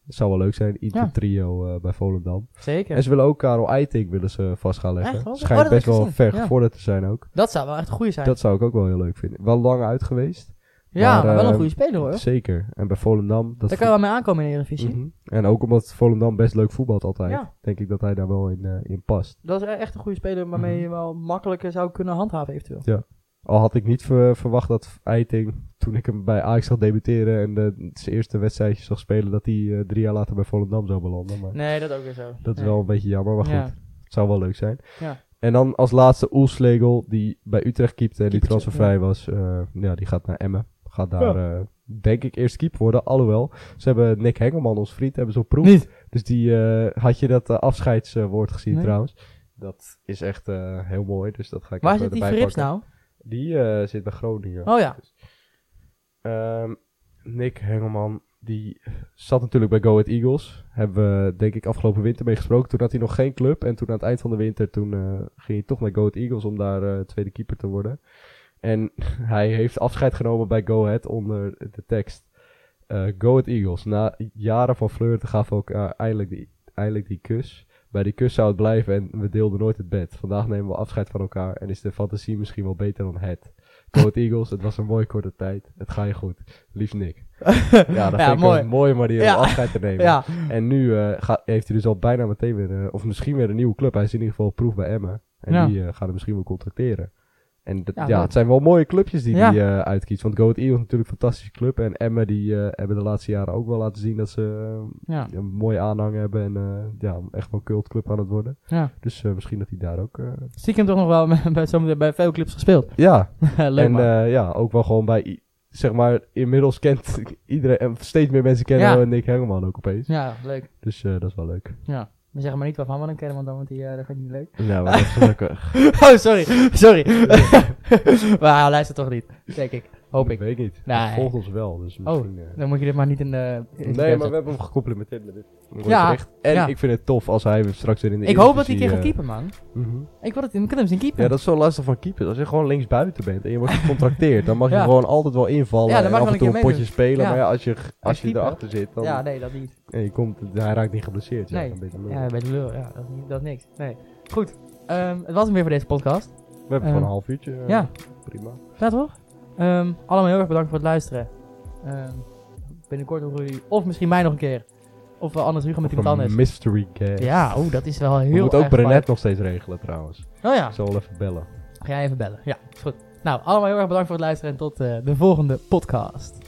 [SPEAKER 2] Dat zou wel leuk zijn, Inter
[SPEAKER 1] Ja.
[SPEAKER 2] trio eh, bij Volendam.
[SPEAKER 1] Zeker.
[SPEAKER 2] En ze willen ook Karel Eiting willen ze vast gaan leggen.
[SPEAKER 1] Echt? Oh, dat-
[SPEAKER 2] Schijnt
[SPEAKER 1] oh, dat
[SPEAKER 2] best
[SPEAKER 1] heb ik
[SPEAKER 2] wel
[SPEAKER 1] gezien.
[SPEAKER 2] ver
[SPEAKER 1] Ja.
[SPEAKER 2] gevorderd te zijn ook.
[SPEAKER 1] Dat zou wel echt een goede zijn.
[SPEAKER 2] Dat zou ik ook wel heel leuk vinden. Wel lang uit geweest.
[SPEAKER 1] ja, maar,
[SPEAKER 2] maar,
[SPEAKER 1] wel een
[SPEAKER 2] eh,
[SPEAKER 1] goede speler hoor.
[SPEAKER 2] Zeker. En bij Volendam. Dat
[SPEAKER 1] Daar kan je wel mee aankomen in de Eredivisie.
[SPEAKER 2] Mhm. En ook omdat Volendam best leuk voetbalt altijd.
[SPEAKER 1] Ja.
[SPEAKER 2] Denk ik dat hij daar wel in, eh, in past.
[SPEAKER 1] Dat is e- echt een goede speler waarmee je wel makkelijker zou kunnen handhaven eventueel.
[SPEAKER 2] Al had ik niet ver- verwacht dat Eiting, toen ik hem bij Ajax zag debuteren en de, zijn eerste wedstrijdje zag spelen, dat hij eh, drie jaar later bij Volendam zou belanden. Maar
[SPEAKER 1] Nee, dat ook weer zo.
[SPEAKER 2] dat is
[SPEAKER 1] Nee.
[SPEAKER 2] wel een beetje jammer, maar goed.
[SPEAKER 1] Ja.
[SPEAKER 2] Het zou wel leuk zijn.
[SPEAKER 1] Ja.
[SPEAKER 2] En dan als laatste Oelslegel, die bij Utrecht keepte en die
[SPEAKER 1] Keepertje,
[SPEAKER 2] transfervrij was. eh, ja, die gaat naar Emmen. Gaat daar, eh, denk ik, eerst keep worden. Alhoewel, ze hebben Nick Hengelman, ons vriend, hebben ze op proef.
[SPEAKER 1] Niet.
[SPEAKER 2] Dus die, eh, had je dat eh, afscheidswoord gezien
[SPEAKER 1] Nee.
[SPEAKER 2] trouwens? Dat is echt eh, heel mooi, dus dat ga ik
[SPEAKER 1] Waar
[SPEAKER 2] even
[SPEAKER 1] zit die
[SPEAKER 2] erbij
[SPEAKER 1] Frips
[SPEAKER 2] pakken.
[SPEAKER 1] nou?
[SPEAKER 2] Die eh, zit bij Groningen.
[SPEAKER 1] Oh ja.
[SPEAKER 2] Ehm, Nick Hengelman, die zat natuurlijk bij Go Ahead Eagles. Hebben we denk ik afgelopen winter mee gesproken. Toen had hij nog geen club. En toen aan het eind van de winter, toen eh, ging hij toch naar Go Ahead Eagles om daar eh, tweede keeper te worden. En hij heeft afscheid genomen bij Go Ahead onder de tekst. eh, Go Ahead Eagles. Na jaren van flirten gaf ook eh, eindelijk, die, eindelijk die kus. Bij die kus zou het blijven en we deelden nooit het bed. Vandaag nemen we afscheid van elkaar en is de fantasie misschien wel beter dan het. Go Ahead Eagles, het was een mooie korte tijd. Het ga je goed. Liefst Nick. Ja, dat
[SPEAKER 1] Ja,
[SPEAKER 2] vind ik
[SPEAKER 1] mooi.
[SPEAKER 2] een mooie manier
[SPEAKER 1] Ja.
[SPEAKER 2] om afscheid te nemen.
[SPEAKER 1] Ja.
[SPEAKER 2] En nu eh, ga- heeft hij dus al bijna meteen weer, eh, of misschien weer een nieuwe club. Hij is in ieder geval op proef bij Emmen. En
[SPEAKER 1] Ja.
[SPEAKER 2] die eh, gaan hem misschien wel contracteren. En dat-
[SPEAKER 1] Ja,
[SPEAKER 2] ja,
[SPEAKER 1] leuk.
[SPEAKER 2] het zijn wel mooie clubjes die
[SPEAKER 1] Ja.
[SPEAKER 2] hij eh, uitkiest. Want Go Ahead Eagles is natuurlijk een fantastische club. En Emmen die eh, hebben de laatste jaren ook wel laten zien dat ze eh,
[SPEAKER 1] Ja.
[SPEAKER 2] een mooie aanhang hebben. En eh, ja, echt wel een cultclub aan het worden.
[SPEAKER 1] ja.
[SPEAKER 2] Dus eh, misschien dat hij daar ook... eh,
[SPEAKER 1] Stiekem toch nog wel met, met, zometeen bij veel clubs gespeeld.
[SPEAKER 2] ja,
[SPEAKER 1] Leuk
[SPEAKER 2] en
[SPEAKER 1] man.
[SPEAKER 2] eh, ja, ook wel gewoon bij... i- Zeg maar, inmiddels kent iedereen... en Steeds meer mensen kennen
[SPEAKER 1] Ja.
[SPEAKER 2] eh, Nick Hengelman ook opeens.
[SPEAKER 1] ja, leuk.
[SPEAKER 2] Dus eh, dat is wel leuk.
[SPEAKER 1] Ja. We zeggen maar niet waarvan we hem kennen, want dan wordt hij, eh, dat vind ik niet leuk.
[SPEAKER 2] Ja, maar dat is gelukkig.
[SPEAKER 1] Oh, sorry. Sorry. maar hij luistert toch niet. Denk ik. Hoop ik.
[SPEAKER 2] weet niet.
[SPEAKER 1] Nee. Oh.
[SPEAKER 2] Hij volgt ons wel, dus misschien... eh,
[SPEAKER 1] Dan moet je dit maar niet in de... in de
[SPEAKER 2] nee, maar
[SPEAKER 1] zetten.
[SPEAKER 2] we hebben hem gecomplimenteerd met dit. mooi
[SPEAKER 1] Ja,
[SPEAKER 2] bericht. En
[SPEAKER 1] ja.
[SPEAKER 2] ik vind het tof als hij weer straks weer in de
[SPEAKER 1] Ik hoop dat hij een keer gaat
[SPEAKER 2] Eredivisie,
[SPEAKER 1] keepen, man.
[SPEAKER 2] eh, mhm.
[SPEAKER 1] Ik wil het, we kunnen hem zien keepen.
[SPEAKER 2] Ja, dat is zo lastig van keeper. Als je gewoon linksbuiten bent en je wordt gecontracteerd, dan mag je
[SPEAKER 1] Ja.
[SPEAKER 2] gewoon altijd wel invallen
[SPEAKER 1] Ja, dan
[SPEAKER 2] en
[SPEAKER 1] mag je
[SPEAKER 2] af
[SPEAKER 1] wel
[SPEAKER 2] en
[SPEAKER 1] een
[SPEAKER 2] toe een
[SPEAKER 1] keer
[SPEAKER 2] potje
[SPEAKER 1] meedoen.
[SPEAKER 2] spelen.
[SPEAKER 1] Ja.
[SPEAKER 2] maar ja, als je, als je
[SPEAKER 1] keeper.
[SPEAKER 2] erachter zit, dan...
[SPEAKER 1] Ja, nee, dat niet.
[SPEAKER 2] en je komt, hij raakt niet geblesseerd. Ja,
[SPEAKER 1] Nee.
[SPEAKER 2] een beetje lul.
[SPEAKER 1] Ja, bij de lul, ja, dat is, niet- dat is niks. Nee. Goed, ehm, het was hem weer voor deze podcast.
[SPEAKER 2] We hebben
[SPEAKER 1] Ehm,
[SPEAKER 2] gewoon een half uurtje. eh,
[SPEAKER 1] ja.
[SPEAKER 2] Prima.
[SPEAKER 1] Ja, toch? Ehm, allemaal heel erg bedankt voor het luisteren. Ehm, binnenkort horen jullie of misschien mij nog een keer. Of wel anders Hugo met
[SPEAKER 2] Of
[SPEAKER 1] iemand anders.
[SPEAKER 2] een mystery guest.
[SPEAKER 1] Ja, oh, dat is wel heel
[SPEAKER 2] We moeten ook
[SPEAKER 1] erg
[SPEAKER 2] Brenet nog steeds regelen trouwens.
[SPEAKER 1] fijn. Oh ja,
[SPEAKER 2] Ik zal wel even bellen.
[SPEAKER 1] ga jij even bellen. Ja, is goed. Nou, allemaal heel erg bedankt voor het luisteren en tot eh, de volgende podcast.